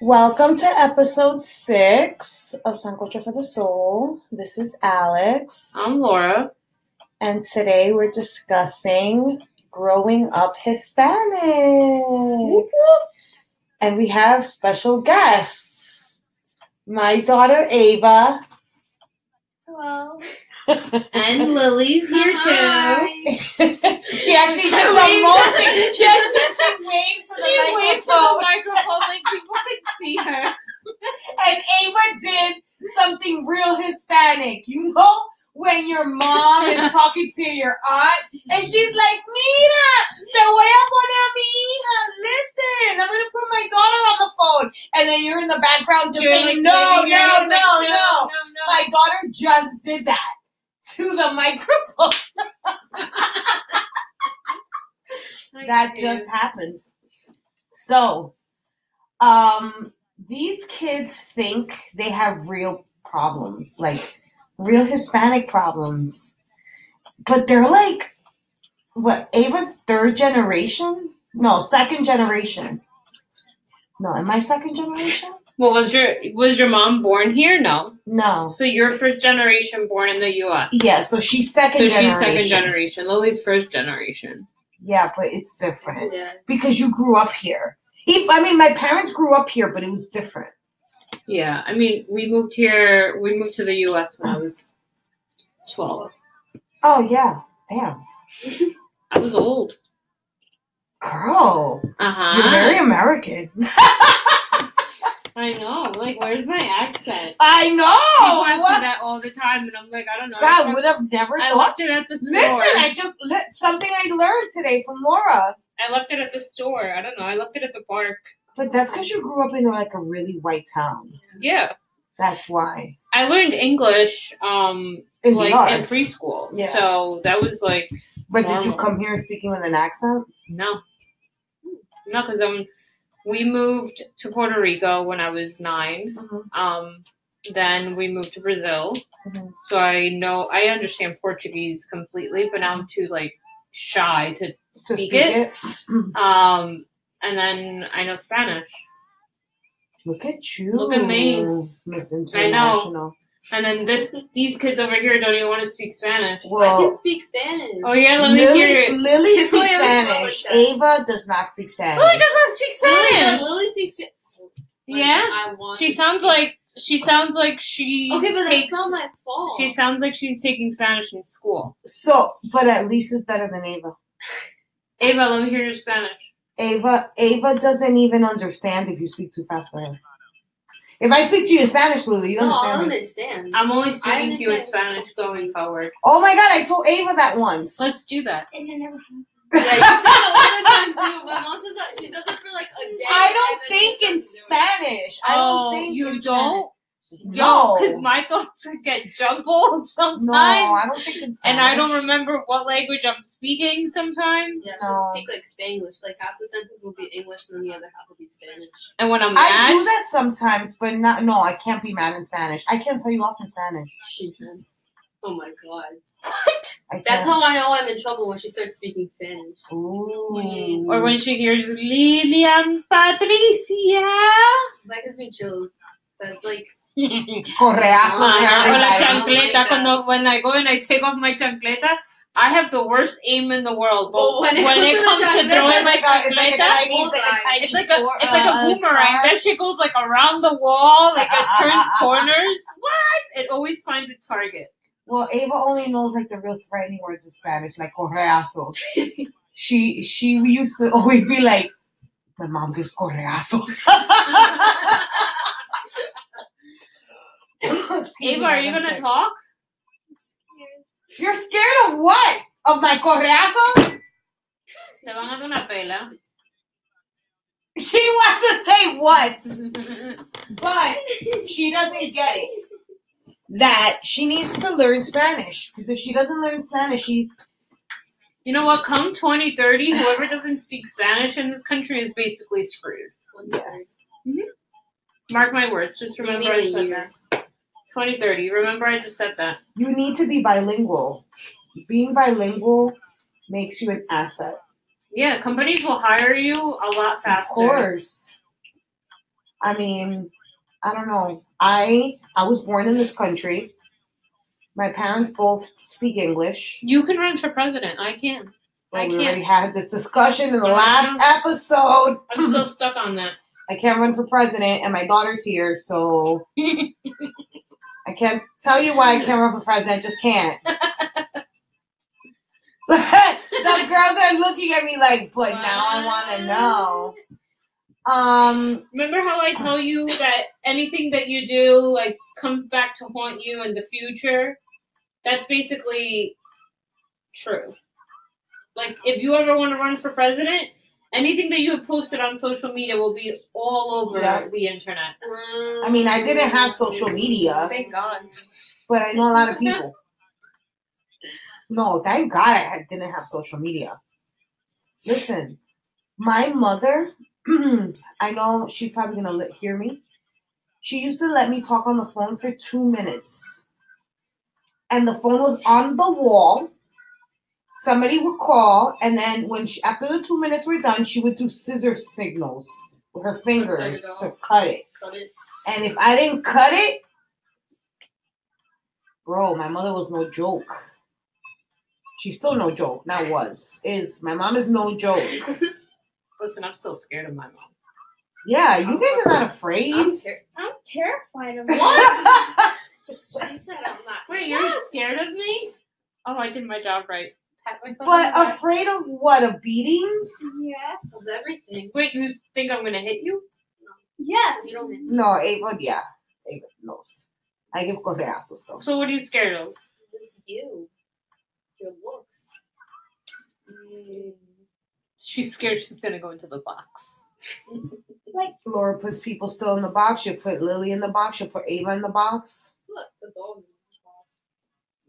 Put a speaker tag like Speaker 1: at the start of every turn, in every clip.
Speaker 1: Welcome to episode six of Sun Culture for the Soul. This is Alex,
Speaker 2: I'm Laura.
Speaker 1: and today we're discussing growing up Hispanic. And we have special guests my daughter Ava.
Speaker 3: Hello.
Speaker 2: And Lily's here too.
Speaker 1: she actually did the
Speaker 3: Wave.
Speaker 1: motion. She actually did the wave to the
Speaker 3: She waved to the
Speaker 1: microphone.
Speaker 3: microphone like people could see her.
Speaker 1: and Ava did something real Hispanic. You know when your mom is talking to your aunt and she's like, "Mira, te voy a poner a mi hija. Listen, I'm gonna put my daughter on the phone." And then you're in the background just
Speaker 3: You're like,
Speaker 1: saying, no,
Speaker 3: waving.
Speaker 1: no,
Speaker 3: You're
Speaker 1: no,
Speaker 3: like,
Speaker 1: no,
Speaker 3: no, no.
Speaker 1: My daughter just did that to the microphone.
Speaker 3: Like,
Speaker 1: that
Speaker 3: dude.
Speaker 1: just happened. So, um, these kids think they have real problems, like real Hispanic problems, but they're like, what? Ava's third generation? No, second generation. No, am I second generation?
Speaker 2: Well, was your was your mom born here? No.
Speaker 1: No.
Speaker 2: So you're first generation born in the U.S.
Speaker 1: Yeah, so she's second.
Speaker 2: So she's
Speaker 1: generation.
Speaker 2: second generation. Lily's first generation.
Speaker 1: Yeah, but it's different
Speaker 3: Yeah.
Speaker 1: because you grew up here. E- I mean, my parents grew up here, but it was different.
Speaker 2: Yeah, I mean, we moved here. We moved to the U.S. when I was twelve.
Speaker 1: Oh yeah, damn.
Speaker 2: I was old.
Speaker 1: Girl,
Speaker 2: Uh
Speaker 1: you're very
Speaker 2: huh.
Speaker 1: American.
Speaker 2: I know. Like, where's my accent?
Speaker 1: I
Speaker 2: People
Speaker 1: know.
Speaker 2: ask me
Speaker 1: Oh, What?
Speaker 2: that all the time, and I'm like, I don't know.
Speaker 1: God would have never
Speaker 2: I
Speaker 1: thought.
Speaker 2: left it at the store.
Speaker 1: Listen, I just le- something I learned today from Laura.
Speaker 2: I left it at the store. I don't know. I left it at the park.
Speaker 1: But that's because you grew up in like a really white town.
Speaker 2: Yeah,
Speaker 1: That's why.
Speaker 2: I learned English. Um,
Speaker 1: In New
Speaker 2: like in
Speaker 1: York.
Speaker 2: preschool.
Speaker 1: Yeah.
Speaker 2: So that was like
Speaker 1: But did you
Speaker 2: normal.
Speaker 1: come here speaking with an accent?
Speaker 2: no, no, because um, we moved to Puerto Rico when I was nine. Um, then we moved to Brazil.
Speaker 1: Mhm.
Speaker 2: So I know I understand Portuguese completely, but now I'm too like shy to.
Speaker 1: So
Speaker 2: Speak
Speaker 1: speak
Speaker 2: it.
Speaker 1: it.
Speaker 2: Um, and then I know Spanish,
Speaker 1: Look at you.
Speaker 2: Look at me.
Speaker 1: Miss
Speaker 2: I know.
Speaker 1: International.
Speaker 2: and then this these kids over here don't even want to speak Spanish.
Speaker 3: I can
Speaker 1: Well,
Speaker 3: speak Spanish.
Speaker 2: Oh yeah, let me hear
Speaker 1: Lily,
Speaker 2: it.
Speaker 1: Lily
Speaker 3: Lily
Speaker 1: speaks
Speaker 3: doesn't like
Speaker 1: Spanish.
Speaker 3: that.
Speaker 1: Ava does not speak Spanish.
Speaker 2: Lily does not speak
Speaker 3: Lily,
Speaker 2: Spanish.
Speaker 3: Lily speaks Spanish.
Speaker 2: Mm. Yeah?
Speaker 3: I want
Speaker 2: She
Speaker 3: to
Speaker 2: sounds
Speaker 3: speak-
Speaker 2: like she sounds like she
Speaker 3: Okay, but that's
Speaker 2: takes
Speaker 3: not my fault.
Speaker 2: She sounds like she's taking Spanish in school.
Speaker 1: So, but at least it's better than Ava.
Speaker 2: Ava, let me hear your Spanish.
Speaker 1: Ava Ava doesn't even understand if you speak too fast for her. If I speak to you in Spanish, Lulu, you
Speaker 3: no,
Speaker 1: don't
Speaker 3: I
Speaker 1: understand.
Speaker 3: don't
Speaker 1: me.
Speaker 3: understand.
Speaker 2: I'm only speaking to you in
Speaker 3: understand.
Speaker 2: Spanish going forward.
Speaker 1: Oh my god, I told Ava that once.
Speaker 2: Let's do that.
Speaker 4: And then never
Speaker 3: yeah, you say that all the time too. My mom says that she does it for like a day.
Speaker 1: I don't
Speaker 3: and then she
Speaker 1: think in
Speaker 3: doesn't do it.
Speaker 1: Spanish. I don't think
Speaker 2: Oh, you
Speaker 1: in
Speaker 2: don't?
Speaker 1: Spanish.
Speaker 2: Yo,
Speaker 1: No,
Speaker 2: because my thoughts get jumbled sometimes.
Speaker 1: no, I don't think in Spanish.
Speaker 2: and I don't remember what language I'm speaking sometimes.
Speaker 3: Yeah,
Speaker 1: No.
Speaker 3: she'll speak like Spanglish. Like half the sentence will be English and then the other half will be Spanish.
Speaker 2: And when I'm
Speaker 1: I do
Speaker 2: mad,
Speaker 1: that sometimes, but not. No, I can't be mad in Spanish. I can't tell you off in Spanish.
Speaker 3: She can. Oh my god.
Speaker 1: I can't.
Speaker 3: That's how I know I'm in trouble when she starts speaking Spanish.
Speaker 1: Ooh.
Speaker 2: or when she hears Lilian Patricia.
Speaker 3: That gives me chills. That's like
Speaker 1: correazos.
Speaker 2: Ajá,
Speaker 3: That's very
Speaker 2: o Ah, la
Speaker 3: nice.
Speaker 2: chancleta.
Speaker 3: Oh my God.
Speaker 2: Cuando, when I go and I take off my chancleta, I have the worst aim in the world. But
Speaker 3: Oh,
Speaker 2: when it comes, to,
Speaker 3: chancleta,
Speaker 2: throwing
Speaker 3: it's
Speaker 2: my
Speaker 1: like a- it's like a
Speaker 2: chancleta,
Speaker 1: Chinese, like a
Speaker 3: bullseye.
Speaker 1: Chinese
Speaker 2: it's like a
Speaker 1: sword,
Speaker 2: it's like
Speaker 1: uh,
Speaker 2: a boomerang.
Speaker 1: star.
Speaker 2: That shit goes like around the wall. Like it turns corners. What? It always finds a target.
Speaker 1: Well, Ava only knows like the real threatening words in Spanish, like correazos. she she used to always be like, my mom gives correazos. Excuse
Speaker 2: Ava,
Speaker 1: me,
Speaker 2: are
Speaker 1: guys,
Speaker 2: you
Speaker 1: I'm
Speaker 2: gonna
Speaker 1: sick.
Speaker 2: talk?
Speaker 1: You're scared of what? Of my correazos?
Speaker 2: Te van a dar una pela.
Speaker 1: She wants to say what, but she doesn't get it. That she needs to learn Spanish because if she doesn't learn Spanish, she
Speaker 2: You know what? Come 2030, whoever doesn't speak Spanish in this country is basically screwed.
Speaker 3: one third.
Speaker 2: Mark my words. Just remember I
Speaker 3: Maybe
Speaker 2: said
Speaker 3: you.
Speaker 2: that. 2030. Remember I just said that.
Speaker 1: you need to be bilingual. Being bilingual makes you an asset.
Speaker 2: Yeah, companies will hire you a lot faster.
Speaker 1: Of course. I mean, I don't know. I I was born in this country. My parents both speak English.
Speaker 2: You can run for president. I can.
Speaker 1: Well,
Speaker 2: I
Speaker 1: we already had
Speaker 2: can't.
Speaker 1: this discussion in the
Speaker 2: I
Speaker 1: last episode.
Speaker 2: I'm so stuck on that.
Speaker 1: I can't run for president, and my daughter's here, so I can't tell you why I can't run for president. I just can't. the girls are looking at me like, but now I want to know. Um,
Speaker 2: Remember how I tell you that anything that you do like comes back to haunt you in the future? That's basically true. Like if you ever want to run for president, anything that you have posted on social media will be all over
Speaker 1: Yeah.
Speaker 2: the internet.
Speaker 1: I mean, I didn't have social media,
Speaker 2: Thank God.
Speaker 1: but I know a lot of people. No, thank God I had- didn't have social media. Listen, my mother, I know she's probably going to let, hear me. She used to let me talk on the phone for two minutes. And the phone was on the wall. Somebody would call, and then when she, after the two minutes were done, she would do scissor signals with her fingers to cut it.
Speaker 2: Cut it.
Speaker 1: And if I didn't cut it, bro, my mother was no joke. She's still no joke. Not was. Is my mom is no joke.
Speaker 2: Listen, I'm still scared of my mom.
Speaker 1: Yeah, you guys are not afraid.
Speaker 2: I'm ter-
Speaker 4: I'm terrified of
Speaker 3: She said I'm not.
Speaker 2: Wait, you're scared of me? Oh, I did my job right. Pat myself. on the
Speaker 1: but uh,
Speaker 2: back.
Speaker 1: afraid of what? Of beatings?
Speaker 4: Yes.
Speaker 3: Of everything.
Speaker 2: Wait, you think I'm gonna hit you?
Speaker 4: Yes.
Speaker 3: You don't.
Speaker 1: No, Ava, yeah. Ava knows. I give correazos though.
Speaker 2: So what are you scared of?
Speaker 3: Just you. Your looks. Mm,
Speaker 2: She's scared she's gonna go into the box.
Speaker 1: Laura puts people still in the box. You put Lily in the box. You put Ava in the box.
Speaker 3: Look, the dog.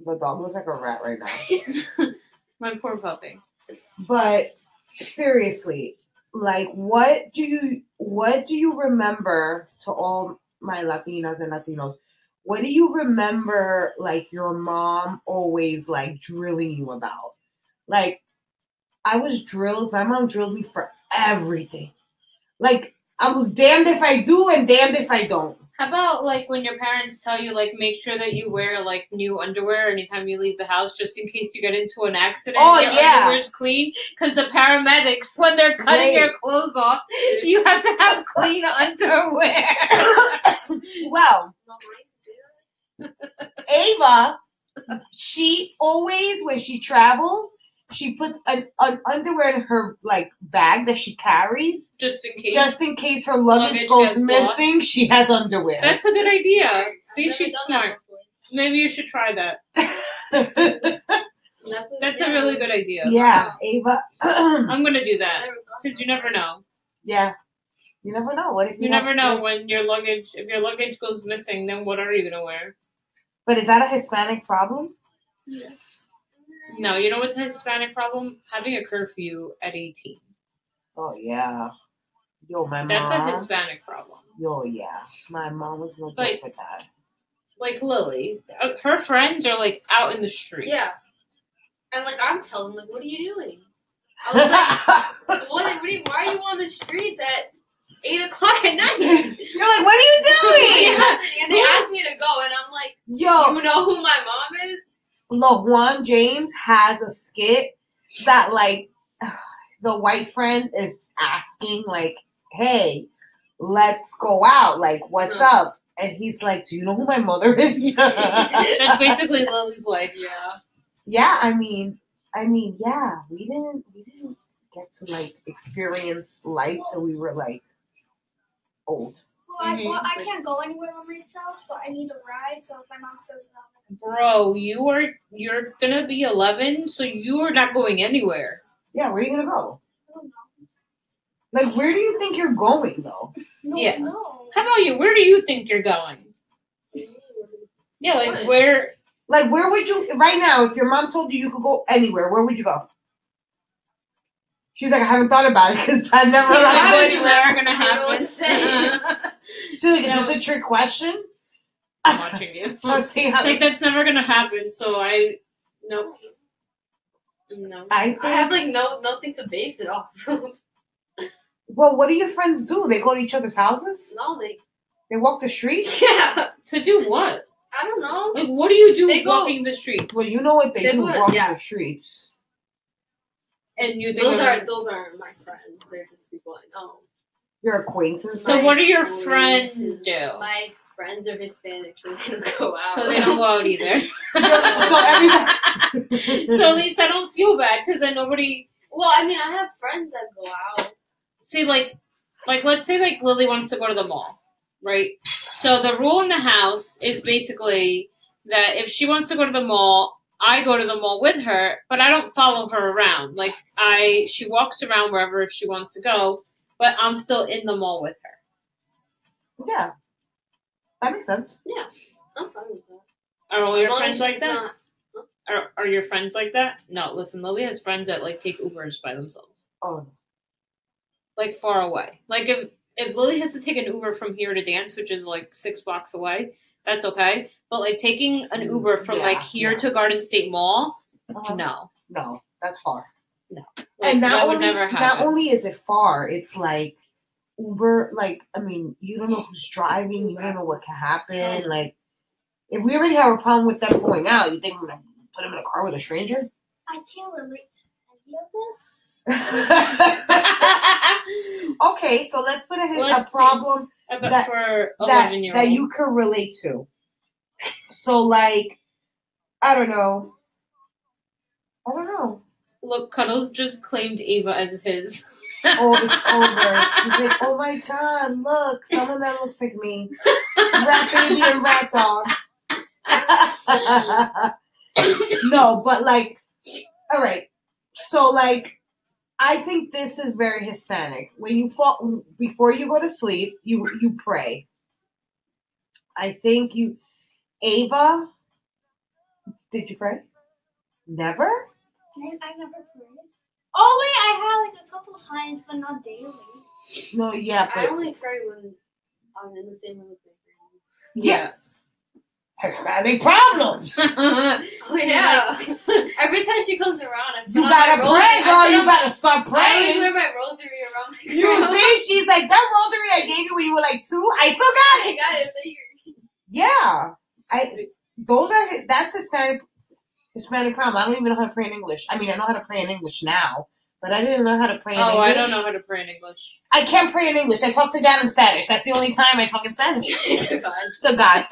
Speaker 1: The dog looks like a rat right now.
Speaker 2: My poor puppy.
Speaker 1: but seriously like what do you what do you remember to all my latinas and latinos what do you remember like your mom always like drilling you about like i was drilled my mom drilled me for everything like i was damned if i do and damned if i don't
Speaker 2: How about like when your parents tell you like make sure that you wear like new underwear anytime you leave the house just in case you get into an accident.
Speaker 1: Oh,
Speaker 2: your
Speaker 1: yeah.
Speaker 2: underwear's clean because the paramedics when they're cutting
Speaker 1: Right.
Speaker 2: your clothes off, you have to have clean underwear.
Speaker 1: well
Speaker 3: Not nice, dude.
Speaker 1: Ava, she always when she travels, she puts an, an underwear in her like bag that she carries
Speaker 2: just in case.
Speaker 1: just in case her luggage,
Speaker 2: Luggage
Speaker 1: goes
Speaker 2: gets
Speaker 1: missing. She has underwear.
Speaker 2: That's a good idea. See,
Speaker 3: I've
Speaker 2: she's
Speaker 3: never done that
Speaker 2: smart.
Speaker 3: before.
Speaker 2: Maybe you should try that.
Speaker 3: That's,
Speaker 2: That's
Speaker 3: yeah.
Speaker 2: a really good idea.
Speaker 1: yeah, Ava.
Speaker 2: I'm gonna do that
Speaker 3: Never thought
Speaker 2: because you
Speaker 3: about
Speaker 2: never know.
Speaker 1: yeah, you never know. What if
Speaker 2: You
Speaker 1: have-
Speaker 2: never know when your luggage, if your luggage goes missing, then what are you gonna wear?
Speaker 1: But is that a Hispanic problem?
Speaker 2: No, you know what's a Hispanic problem? Having a curfew at 18.
Speaker 1: Oh yeah. Yo, my
Speaker 2: That's a
Speaker 1: mom.
Speaker 2: Hispanic problem.
Speaker 1: Yo, yeah. My mom was no good
Speaker 2: Like-
Speaker 1: for that.
Speaker 2: Like Lily, uh, her friends are like out in the
Speaker 3: that.
Speaker 2: street.
Speaker 3: Yeah. And like I'm telling, like, what are you doing? I was like, what, what are you, why are you on the streets at eight o'clock at night?
Speaker 1: You're like, what are you doing?
Speaker 3: Yeah. And they asked me to go, and I'm like,
Speaker 1: Yo,
Speaker 3: you know who my mom is?
Speaker 1: LeBron James has a skit that like the white friend is asking like, "Hey, let's go out. Like, what's
Speaker 3: Huh.
Speaker 1: up?" And he's like, "Do you know who my mother is?"
Speaker 2: That's basically Lily's life.
Speaker 3: Yeah.
Speaker 1: yeah, I mean, I mean, yeah, we didn't we didn't get to like experience life till we were like old.
Speaker 4: Well, I, well, I
Speaker 2: Mhm.
Speaker 4: can't go anywhere by myself, so I need a ride. So if my mom says no,
Speaker 2: Bro, you are you're gonna be 11, so you are not going anywhere.
Speaker 1: Yeah, where are you gonna go?
Speaker 4: I don't know.
Speaker 1: Like, where do you think you're going though?
Speaker 4: No,
Speaker 2: Yeah.
Speaker 4: no.
Speaker 2: How about you? Where do you think you're going? Yeah, like
Speaker 3: What?
Speaker 2: where?
Speaker 1: Like, where would you right now if your mom told you you could go anywhere? Where would you go? She was like, I haven't thought about it because I never.
Speaker 2: See,
Speaker 3: why
Speaker 1: thought
Speaker 3: would
Speaker 1: about it."
Speaker 2: that's
Speaker 3: you-
Speaker 2: never gonna
Speaker 3: I don't know what to
Speaker 2: happen.
Speaker 1: She's like, is this a trick question?
Speaker 2: I'm watching you.
Speaker 1: Let's see how.
Speaker 2: like that's never gonna happen. So I no no.
Speaker 1: I
Speaker 3: I have like no nothing to base it off. of.
Speaker 1: Well, what do your friends do? They go to each other's houses?
Speaker 3: No, they.
Speaker 1: They walk the street?
Speaker 3: Yeah,
Speaker 2: To do what?
Speaker 3: I don't know.
Speaker 2: Like, what do you do
Speaker 3: They go-
Speaker 2: walking the street?
Speaker 1: Well, you know what they,
Speaker 3: They
Speaker 1: do
Speaker 3: go to-
Speaker 1: walk
Speaker 3: yeah.
Speaker 1: the streets.
Speaker 2: And you think
Speaker 3: Those
Speaker 2: of-
Speaker 3: are those are my friends. They're just people I know.
Speaker 1: Your acquaintances.
Speaker 2: So
Speaker 3: my
Speaker 2: what do your
Speaker 3: boys
Speaker 2: friends
Speaker 3: is-
Speaker 2: do?
Speaker 3: My friends are Hispanic, so they don't go out.
Speaker 2: So they don't go out either.
Speaker 1: so everybody.
Speaker 3: Mm-hmm.
Speaker 2: so at least I don't feel bad because then nobody
Speaker 3: Well, I mean, I have friends that go out.
Speaker 2: see like like let's say like Lily wants to go to the mall, right? So the rule in the house is basically that if she wants to go to the mall, I go to the mall with her, but I don't follow her around. Like I she walks around wherever she wants to go, but I'm still in the mall with her.
Speaker 1: yeah. That makes sense.
Speaker 3: I'm fine with that.
Speaker 2: Are all your
Speaker 3: As long
Speaker 2: friends
Speaker 3: as
Speaker 2: like
Speaker 3: she's
Speaker 2: that?
Speaker 3: not-
Speaker 2: Are, are your friends like that? No, listen, Lily has friends that like take Ubers by themselves,
Speaker 1: Oh.
Speaker 2: like far away. Like if if Lily has to take an Uber from here to dance, which is like six blocks away, that's okay. But like taking an
Speaker 1: Mm,
Speaker 2: Uber from
Speaker 1: yeah,
Speaker 2: like here
Speaker 1: yeah.
Speaker 2: to Garden State Mall,
Speaker 1: uh-huh.
Speaker 2: no,
Speaker 1: No, that's far.
Speaker 2: Like,
Speaker 1: and not
Speaker 2: that would
Speaker 1: only
Speaker 2: never
Speaker 1: not
Speaker 2: happen.
Speaker 1: only is it far, it's like Uber. Like I mean, you don't know who's driving. You don't know what can happen. Like if we already have a problem with them going out, you think I'm gonna put them in a car with a stranger?
Speaker 4: I can't relate to any of this.
Speaker 1: okay, so let's put a, a
Speaker 2: Let's see.
Speaker 1: problem
Speaker 2: Uh, but
Speaker 1: that-
Speaker 2: for
Speaker 1: that
Speaker 2: eleven year
Speaker 1: that
Speaker 2: old,
Speaker 1: you could relate to. So like, I don't know. I don't know.
Speaker 2: look, Cuddles just claimed Ava as his.
Speaker 1: Oh, it's over. He's like, oh my god, look, someone that looks like me, rat baby and rat dog. no, but like, all right. So like, I think this is very Hispanic. When you fall before you go to sleep, you you pray. I think you, Ava. Did you pray? Never.
Speaker 4: I I never played. Oh wait, I had like a couple times, but not daily.
Speaker 1: No. Yeah,
Speaker 3: I
Speaker 1: but
Speaker 3: only pray when I'm in the same room with my friends.
Speaker 1: yeah. Hispanic problems.
Speaker 2: Yeah.
Speaker 3: Oh yeah. Every time she comes around, I put
Speaker 1: You
Speaker 3: on
Speaker 1: gotta
Speaker 3: my
Speaker 1: pray,
Speaker 3: rosary. I
Speaker 1: girl.
Speaker 3: put
Speaker 1: You
Speaker 3: on my-
Speaker 1: gotta start
Speaker 3: I always
Speaker 1: praying.
Speaker 3: wear my rosary around. My
Speaker 1: You
Speaker 3: girl.
Speaker 1: see, she's like that rosary I gave you when you were like two. I still got it.
Speaker 3: I got it. figured.
Speaker 1: Yeah, I those are that's Hispanic Hispanic problem. I don't even know how to pray in English. I mean, I know how to pray in English now, but I didn't know how to pray in
Speaker 2: Oh,
Speaker 1: English.
Speaker 2: I don't know how to pray in English.
Speaker 1: I can't pray in English. I talk to God in Spanish. That's the only time I talk in Spanish
Speaker 3: God.
Speaker 1: to God.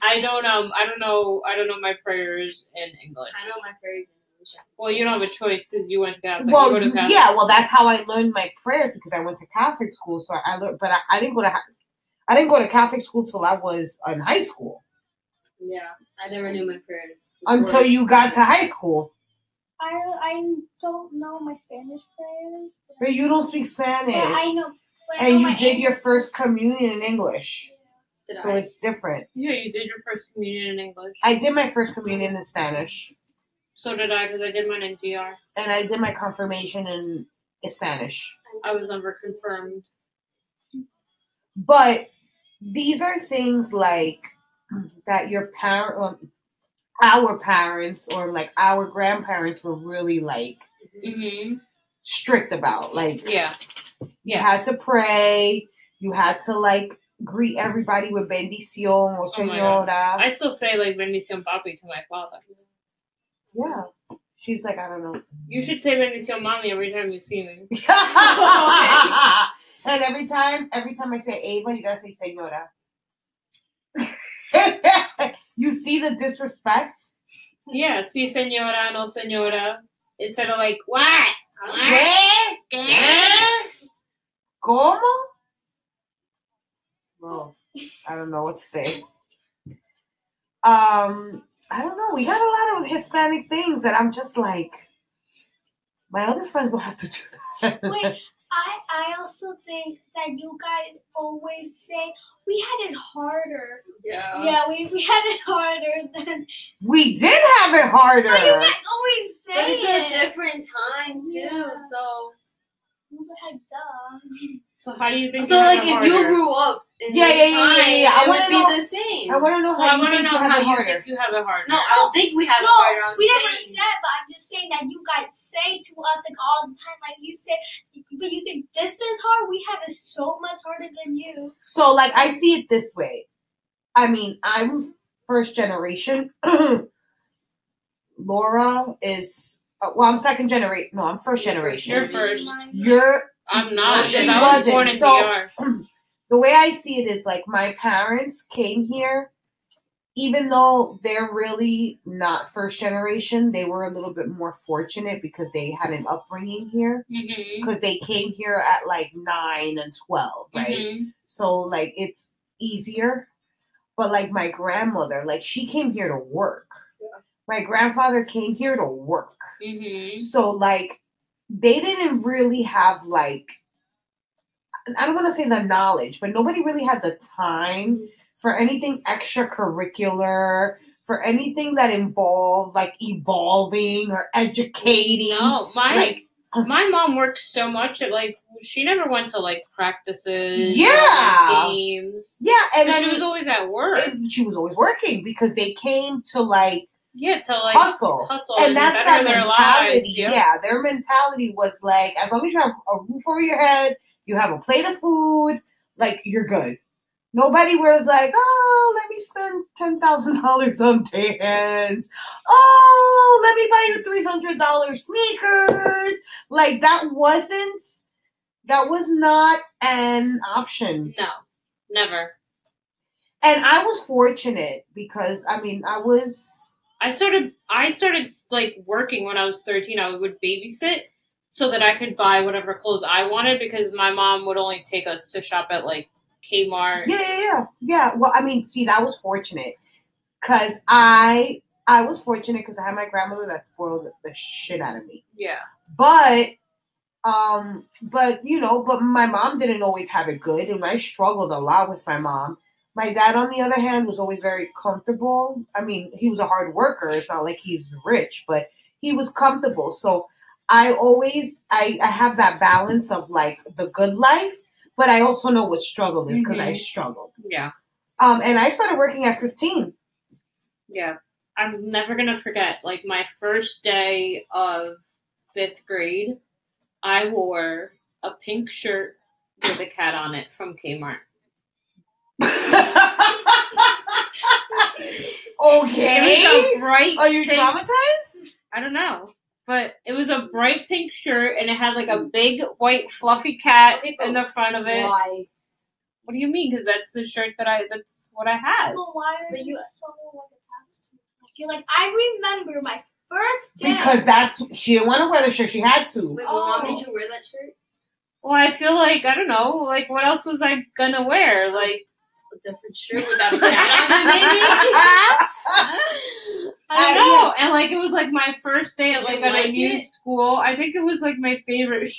Speaker 2: I don't um I don't know I don't know my prayers in English.
Speaker 3: I know my prayers in English.
Speaker 2: Well, you don't have a choice because you went to Catholic.
Speaker 1: well,
Speaker 2: you go to Catholic.
Speaker 1: yeah, well, that's how I learned my prayers because I went to Catholic school. So I learned, but I, I didn't go to ha- I didn't go to Catholic school till I was in high school.
Speaker 3: Yeah, I never knew my prayers.
Speaker 1: Until you got to high school,
Speaker 4: I I don't know my Spanish prayers.
Speaker 1: but you don't speak
Speaker 4: But
Speaker 1: Spanish.
Speaker 4: I know. But I
Speaker 1: and
Speaker 4: know
Speaker 1: you
Speaker 4: my
Speaker 1: did your first communion in English,
Speaker 3: Did
Speaker 1: so
Speaker 3: I?
Speaker 1: it's different.
Speaker 2: Yeah, you did your first communion in English.
Speaker 1: I did my first communion in Spanish,
Speaker 2: so did I because I did mine in DR.
Speaker 1: and I did my confirmation in Spanish.
Speaker 2: I was never confirmed.
Speaker 1: But these are things like that your parent, um, our parents, or like our grandparents were really like
Speaker 2: Mm-hmm.
Speaker 1: strict about. Like
Speaker 2: Yeah.
Speaker 1: you
Speaker 2: Yeah.
Speaker 1: had to pray, you had to like greet everybody with bendición or
Speaker 2: Oh my God.
Speaker 1: señora.
Speaker 2: I still say like bendición papi to my father.
Speaker 1: yeah, she's like I don't know.
Speaker 2: You should say bendición mommy every time you see me.
Speaker 1: and every time, every time I say Ava, you gotta say Senora. you see the disrespect?
Speaker 2: Yeah, si señora, no señora. Instead of like what? What?
Speaker 1: ¿Qué? ¿Cómo? No, I don't know what to say. Um, I don't know. We got a lot of Hispanic things that I'm just like, my other friends will have to do that.
Speaker 4: Wait, I I also think that you guys always say we had it harder.
Speaker 3: Yeah.
Speaker 4: yeah, we, we had it harder than.
Speaker 1: we did have it harder.
Speaker 4: But you guys always say
Speaker 3: But it's
Speaker 4: it.
Speaker 3: a different time too,
Speaker 4: Yeah.
Speaker 3: so
Speaker 4: Well, duh.
Speaker 2: So how do you think?
Speaker 3: so
Speaker 2: you had
Speaker 3: like
Speaker 2: it
Speaker 3: if you
Speaker 2: harder?
Speaker 3: grew up in
Speaker 1: Yeah,
Speaker 3: this
Speaker 1: yeah, yeah, yeah,
Speaker 3: time,
Speaker 1: yeah. I wanna
Speaker 3: it would be
Speaker 1: know-
Speaker 3: the same.
Speaker 1: I want to know
Speaker 2: Well,
Speaker 1: how
Speaker 2: I
Speaker 1: you
Speaker 2: want to
Speaker 1: think
Speaker 2: know
Speaker 1: you have it
Speaker 2: how you
Speaker 1: harder.
Speaker 2: think you have it harder.
Speaker 3: no, I don't think we have
Speaker 4: No,
Speaker 3: a harder. I'm
Speaker 4: we never
Speaker 3: saying.
Speaker 4: said, but I'm just saying that you guys say to us like all the time, like you say, but you think this is hard? We have it so much harder than you.
Speaker 1: So, like, I see it this way. I mean, I'm first generation. Laura is, uh, well, I'm second generation. No, I'm first
Speaker 2: You're
Speaker 1: generation.
Speaker 2: first.
Speaker 1: You're
Speaker 2: I'm not.
Speaker 1: She
Speaker 2: because I was
Speaker 1: wasn't,
Speaker 2: born in
Speaker 1: so-
Speaker 2: DR.
Speaker 1: the way I see it is like my parents came here, even though they're really not first generation, they were a little bit more fortunate because they had an upbringing here.
Speaker 2: Mhm.
Speaker 1: Because they came here at like nine and 12, right?
Speaker 2: Mhm.
Speaker 1: So, like, it's easier. But, like, my grandmother, like, she came here to work. My grandfather came here to work.
Speaker 2: Mhm.
Speaker 1: So like they didn't really have like I don't want to say the knowledge, but nobody really had the
Speaker 2: Mm-hmm.
Speaker 1: time for anything extracurricular, for anything that involved like evolving or educating.
Speaker 2: No, my
Speaker 1: Like
Speaker 2: my mom worked so much that like she never went to like practices. or,
Speaker 1: Yeah.
Speaker 2: like, games.
Speaker 1: yeah, and
Speaker 2: Because
Speaker 1: I
Speaker 2: she was
Speaker 1: mean,
Speaker 2: always at work.
Speaker 1: and she was always working because they came to like
Speaker 2: yeah, to like
Speaker 1: hustle.
Speaker 2: hustle
Speaker 1: and that's
Speaker 2: Oh, better
Speaker 1: that
Speaker 2: their
Speaker 1: mentality.
Speaker 2: lives,
Speaker 1: yeah.
Speaker 2: yeah.
Speaker 1: their mentality was like, as long as you have a roof over your head, you have a plate of food, like you're good. Nobody was like, oh, let me spend ten thousand dollars on pants. Oh, let me buy you three hundred dollars sneakers. Like that wasn't, that was not an option.
Speaker 2: No, never.
Speaker 1: And I was fortunate because I mean I was
Speaker 2: I started I started like working when I was 13. I would babysit so that I could buy whatever clothes I wanted because my mom would only take us to shop at like Kmart.
Speaker 1: Yeah, yeah, yeah. Yeah. Well, I mean, see, that was fortunate because I I was fortunate because I had my grandmother that spoiled the shit out of me.
Speaker 2: Yeah.
Speaker 1: But um, but you know, but my mom didn't always have it good, and I struggled a lot with my mom. My dad, on the other hand, was always very comfortable. I mean, he was a hard worker. It's not like he's rich, but he was comfortable. So I always I, I have that balance of like the good life, but I also know what struggle is because I
Speaker 2: Mhm.
Speaker 1: struggled.
Speaker 2: Yeah.
Speaker 1: Um, and I started working at 15.
Speaker 2: Yeah. I'm never going to forget like my first day of 5th grade. I wore a pink shirt with a cat on it from Kmart. It
Speaker 1: okay.
Speaker 2: was a bright
Speaker 1: Are you
Speaker 2: pink-
Speaker 1: traumatized?
Speaker 2: I don't know. But it was a bright pink shirt and it had like a big white fluffy cat
Speaker 3: Okay, but
Speaker 2: in the front of it.
Speaker 3: Why?
Speaker 2: What do you mean? Because that's the shirt that I. That's what I had.
Speaker 4: But why are
Speaker 3: But
Speaker 4: you
Speaker 3: you-
Speaker 4: so like attached to it? You're like, I remember my first day.
Speaker 1: Because that's she didn't want to wear the shirt. She had to.
Speaker 3: Wait, mom,
Speaker 4: Oh.
Speaker 3: did you wear that shirt?
Speaker 2: Well, I feel like I don't know. Like, what else was I gonna wear? Like,
Speaker 3: A different shirt without a cat on it,
Speaker 2: I
Speaker 1: I-
Speaker 2: don't know. And like, it was like my first day at
Speaker 3: Did
Speaker 2: like
Speaker 3: you
Speaker 2: at a
Speaker 3: like
Speaker 2: new
Speaker 3: it?
Speaker 2: school. I think it was like my favorite.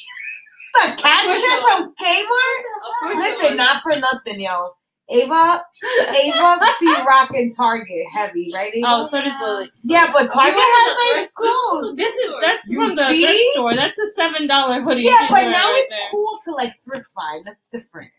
Speaker 2: Shirt.
Speaker 1: the cat
Speaker 3: course
Speaker 1: shirt
Speaker 3: it
Speaker 1: from Kmart.
Speaker 3: Of course it
Speaker 1: Listen,
Speaker 3: was.
Speaker 1: not for nothing, y'all. Ava, Ava be rocking Target heavy, right? Ava?
Speaker 2: Oh, so did Lily.
Speaker 1: yeah, but
Speaker 3: We went
Speaker 1: Target
Speaker 3: to the
Speaker 1: has nice
Speaker 3: thrift store.
Speaker 1: clothes.
Speaker 2: Oh, This is
Speaker 3: Sure.
Speaker 2: that's
Speaker 1: You
Speaker 2: from the
Speaker 1: see?
Speaker 2: thrift store. That's a seven dollar hoodie. you
Speaker 1: Yeah,
Speaker 2: can
Speaker 1: but
Speaker 2: wear
Speaker 1: now
Speaker 2: right
Speaker 1: it's
Speaker 2: there.
Speaker 1: cool to like thrift find. That's different.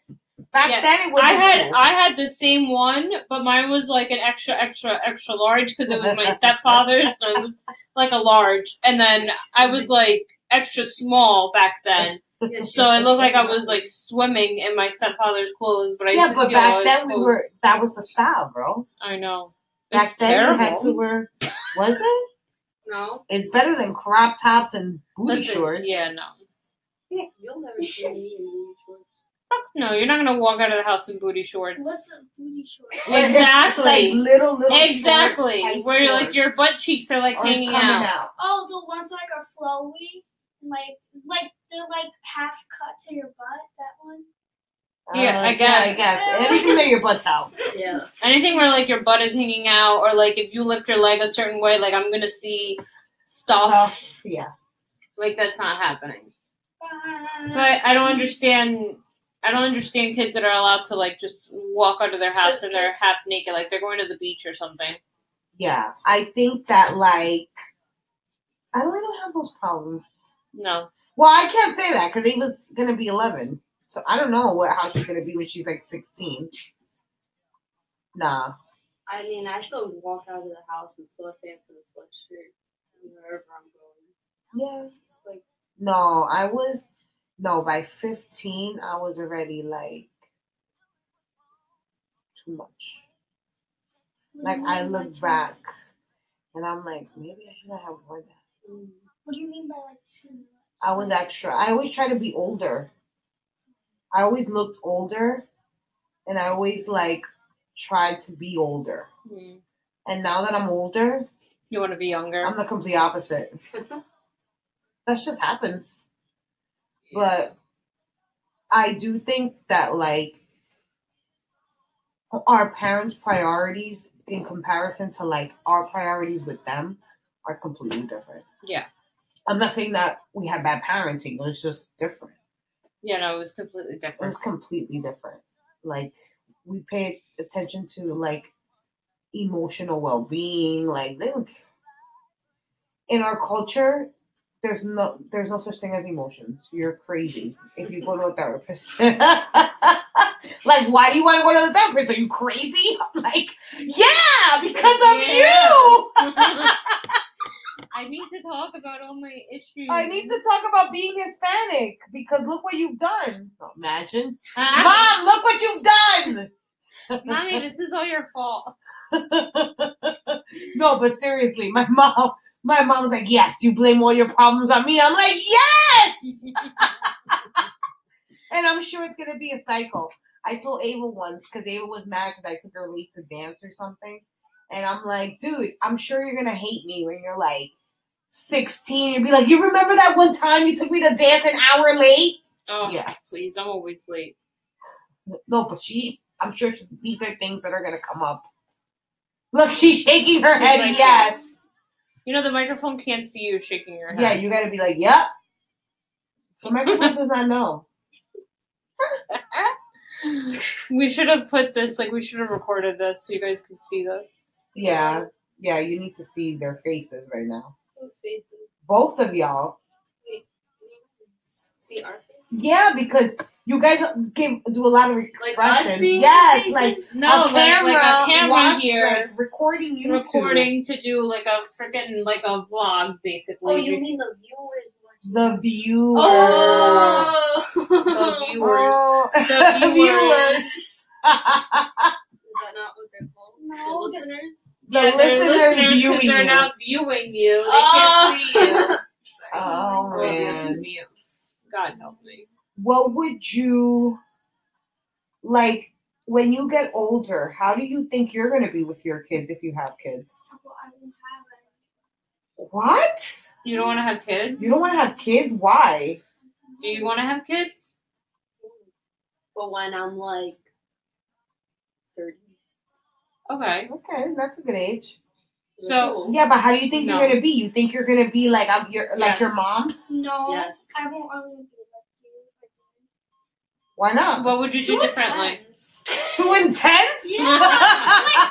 Speaker 1: Back
Speaker 2: Yeah.
Speaker 1: then, it was.
Speaker 2: I had I had the same one, but mine was like an extra, extra, extra large because it was my stepfather's. So it was like a large, and then I was like extra small back then,
Speaker 3: maybe?
Speaker 2: so it looked like I was like swimming in my stepfather's clothes. But I
Speaker 1: yeah,
Speaker 2: used to
Speaker 1: but
Speaker 2: steal all
Speaker 1: back
Speaker 2: his
Speaker 1: then we
Speaker 2: clothes.
Speaker 1: were. That was the style, bro.
Speaker 2: I know.
Speaker 1: Back
Speaker 2: It's
Speaker 1: then,
Speaker 2: terrible.
Speaker 1: you had to wear. Was it?
Speaker 3: No.
Speaker 1: It's better than crop tops and booty
Speaker 2: Listen,
Speaker 1: shorts.
Speaker 2: yeah, no.
Speaker 3: You'll never see me in new shorts.
Speaker 2: Fuck no, you're not gonna walk out of the house in booty shorts.
Speaker 4: What's a booty short?
Speaker 1: It's
Speaker 2: Exactly.
Speaker 1: like little little short,
Speaker 2: Exactly,
Speaker 1: tight
Speaker 2: where like
Speaker 1: shorts
Speaker 2: your butt cheeks are like
Speaker 1: are
Speaker 2: hanging
Speaker 1: coming
Speaker 2: out.
Speaker 4: Oh, the ones that, like are flowy, like like they're like half cut to your butt. That one.
Speaker 2: Yeah,
Speaker 1: Uh,
Speaker 2: I guess.
Speaker 1: I guess anything that your butt's out.
Speaker 3: Yeah.
Speaker 2: anything where like your butt is hanging out or like if you lift your leg a certain way like i'm gonna see stuff
Speaker 1: Tough. Yeah.
Speaker 2: like that's not happening so I, I don't understand i don't understand kids that are allowed to like just walk out of their house and they're half naked like they're going to the beach or something
Speaker 1: Yeah. I think that like I don't really have those problems.
Speaker 2: no
Speaker 1: Well, I can't say that because he was gonna be eleven. So I don't know what how she's gonna be when she's like 16. Nah.
Speaker 3: I mean, I still walk out of the house in sweatpants and a sweatshirt and wherever I'm going.
Speaker 1: Yeah.
Speaker 3: Like-
Speaker 1: no, I was no by 15. I was already like too much. Like I look back, and I'm like, maybe I should have worn that.
Speaker 3: Mm.
Speaker 4: What do you mean by like too?
Speaker 1: I was extra. I always try to be older. I always looked older, and I always like tried to be older. And now that I'm older,
Speaker 2: You want to be younger?
Speaker 1: I'm the complete opposite. that just happens. But I do think that like our parents' priorities in comparison to like our priorities with them are completely different.
Speaker 2: Yeah.
Speaker 1: I'm not saying that we have bad parenting, it's just different.
Speaker 2: yeah, no, it was completely
Speaker 1: It
Speaker 2: different.
Speaker 1: was completely different. Like we paid attention to like emotional well being. Like they don't. In our culture, there's no there's no such thing as emotions. You're crazy if you go to a therapist. like, why do you want to go to the therapist? Are you crazy? Like, yeah, because of
Speaker 2: Yeah.
Speaker 1: you.
Speaker 2: I need to talk about all my issues.
Speaker 1: I need to talk about being Hispanic because look what you've done. Imagine,
Speaker 2: Ah,
Speaker 1: mom, look what you've done.
Speaker 2: mommy, this is all your fault.
Speaker 1: no, but seriously, my mom, my mom's like, yes, you blame all your problems on me. I'm like, yes, and I'm sure it's gonna be a cycle. I told Ava once because Ava was mad because I took her late to dance or something, and I'm like, dude, I'm sure you're gonna hate me when you're like 16. You'll be like, you remember that one time you took me to dance an hour late?
Speaker 2: Oh,
Speaker 1: Yeah.
Speaker 2: please, I'm always late.
Speaker 1: No, but she, I'm sure she, these are things that are gonna come up. Look, she's shaking her
Speaker 2: She's
Speaker 1: head.
Speaker 2: like
Speaker 1: yes.
Speaker 2: this. You know the microphone can't see you shaking your head.
Speaker 1: Yeah, you gotta be like, yep. The microphone does not know.
Speaker 2: We should have put this, like, we should have recorded this so you guys could see this.
Speaker 1: Yeah, yeah, you need to see their faces right now.
Speaker 3: Those faces.
Speaker 1: Both of y'all.
Speaker 3: See our faces?
Speaker 1: Yeah, because you guys give do a lot of
Speaker 3: Like us
Speaker 1: expressions.
Speaker 3: seeing
Speaker 1: yes,
Speaker 3: faces?
Speaker 1: like
Speaker 2: No,
Speaker 1: a camera,
Speaker 2: like a camera
Speaker 1: watch,
Speaker 2: here.
Speaker 1: like, recording you
Speaker 2: recording to do like a freaking like a vlog basically.
Speaker 3: Oh, you mean the viewers watching?
Speaker 1: the viewer.
Speaker 3: Oh!
Speaker 2: The
Speaker 3: Is
Speaker 2: viewers.
Speaker 1: Oh.
Speaker 2: The viewers.
Speaker 3: that not what they're called? The
Speaker 4: No,
Speaker 3: listeners?
Speaker 1: the
Speaker 2: Yeah, they're
Speaker 1: listeners
Speaker 2: listeners 'cause
Speaker 1: viewing
Speaker 2: they're
Speaker 1: you.
Speaker 2: not viewing you. They
Speaker 3: Oh.
Speaker 2: can't see you.
Speaker 1: oh
Speaker 2: Or this
Speaker 1: man.
Speaker 2: is me. God help me.
Speaker 1: what would you like when you get older how do you think you're going to be with your kids if you have kids
Speaker 4: Well, I don't have it.
Speaker 1: what
Speaker 2: You don't want to have kids?
Speaker 1: you don't want to have kids why
Speaker 2: Do you want to have kids?
Speaker 3: But when I'm like 30.
Speaker 2: Okay.
Speaker 1: okay that's a good age
Speaker 3: That's
Speaker 2: So-
Speaker 3: old.
Speaker 1: yeah but how do you think
Speaker 2: No.
Speaker 1: you're going to be you think you're going to be like i'm your like
Speaker 2: Yes.
Speaker 1: your mom
Speaker 4: No,
Speaker 2: Yes.
Speaker 4: I won't really be like you.
Speaker 1: why not
Speaker 2: What would you do differently?
Speaker 4: times.
Speaker 1: too intense
Speaker 2: Yeah.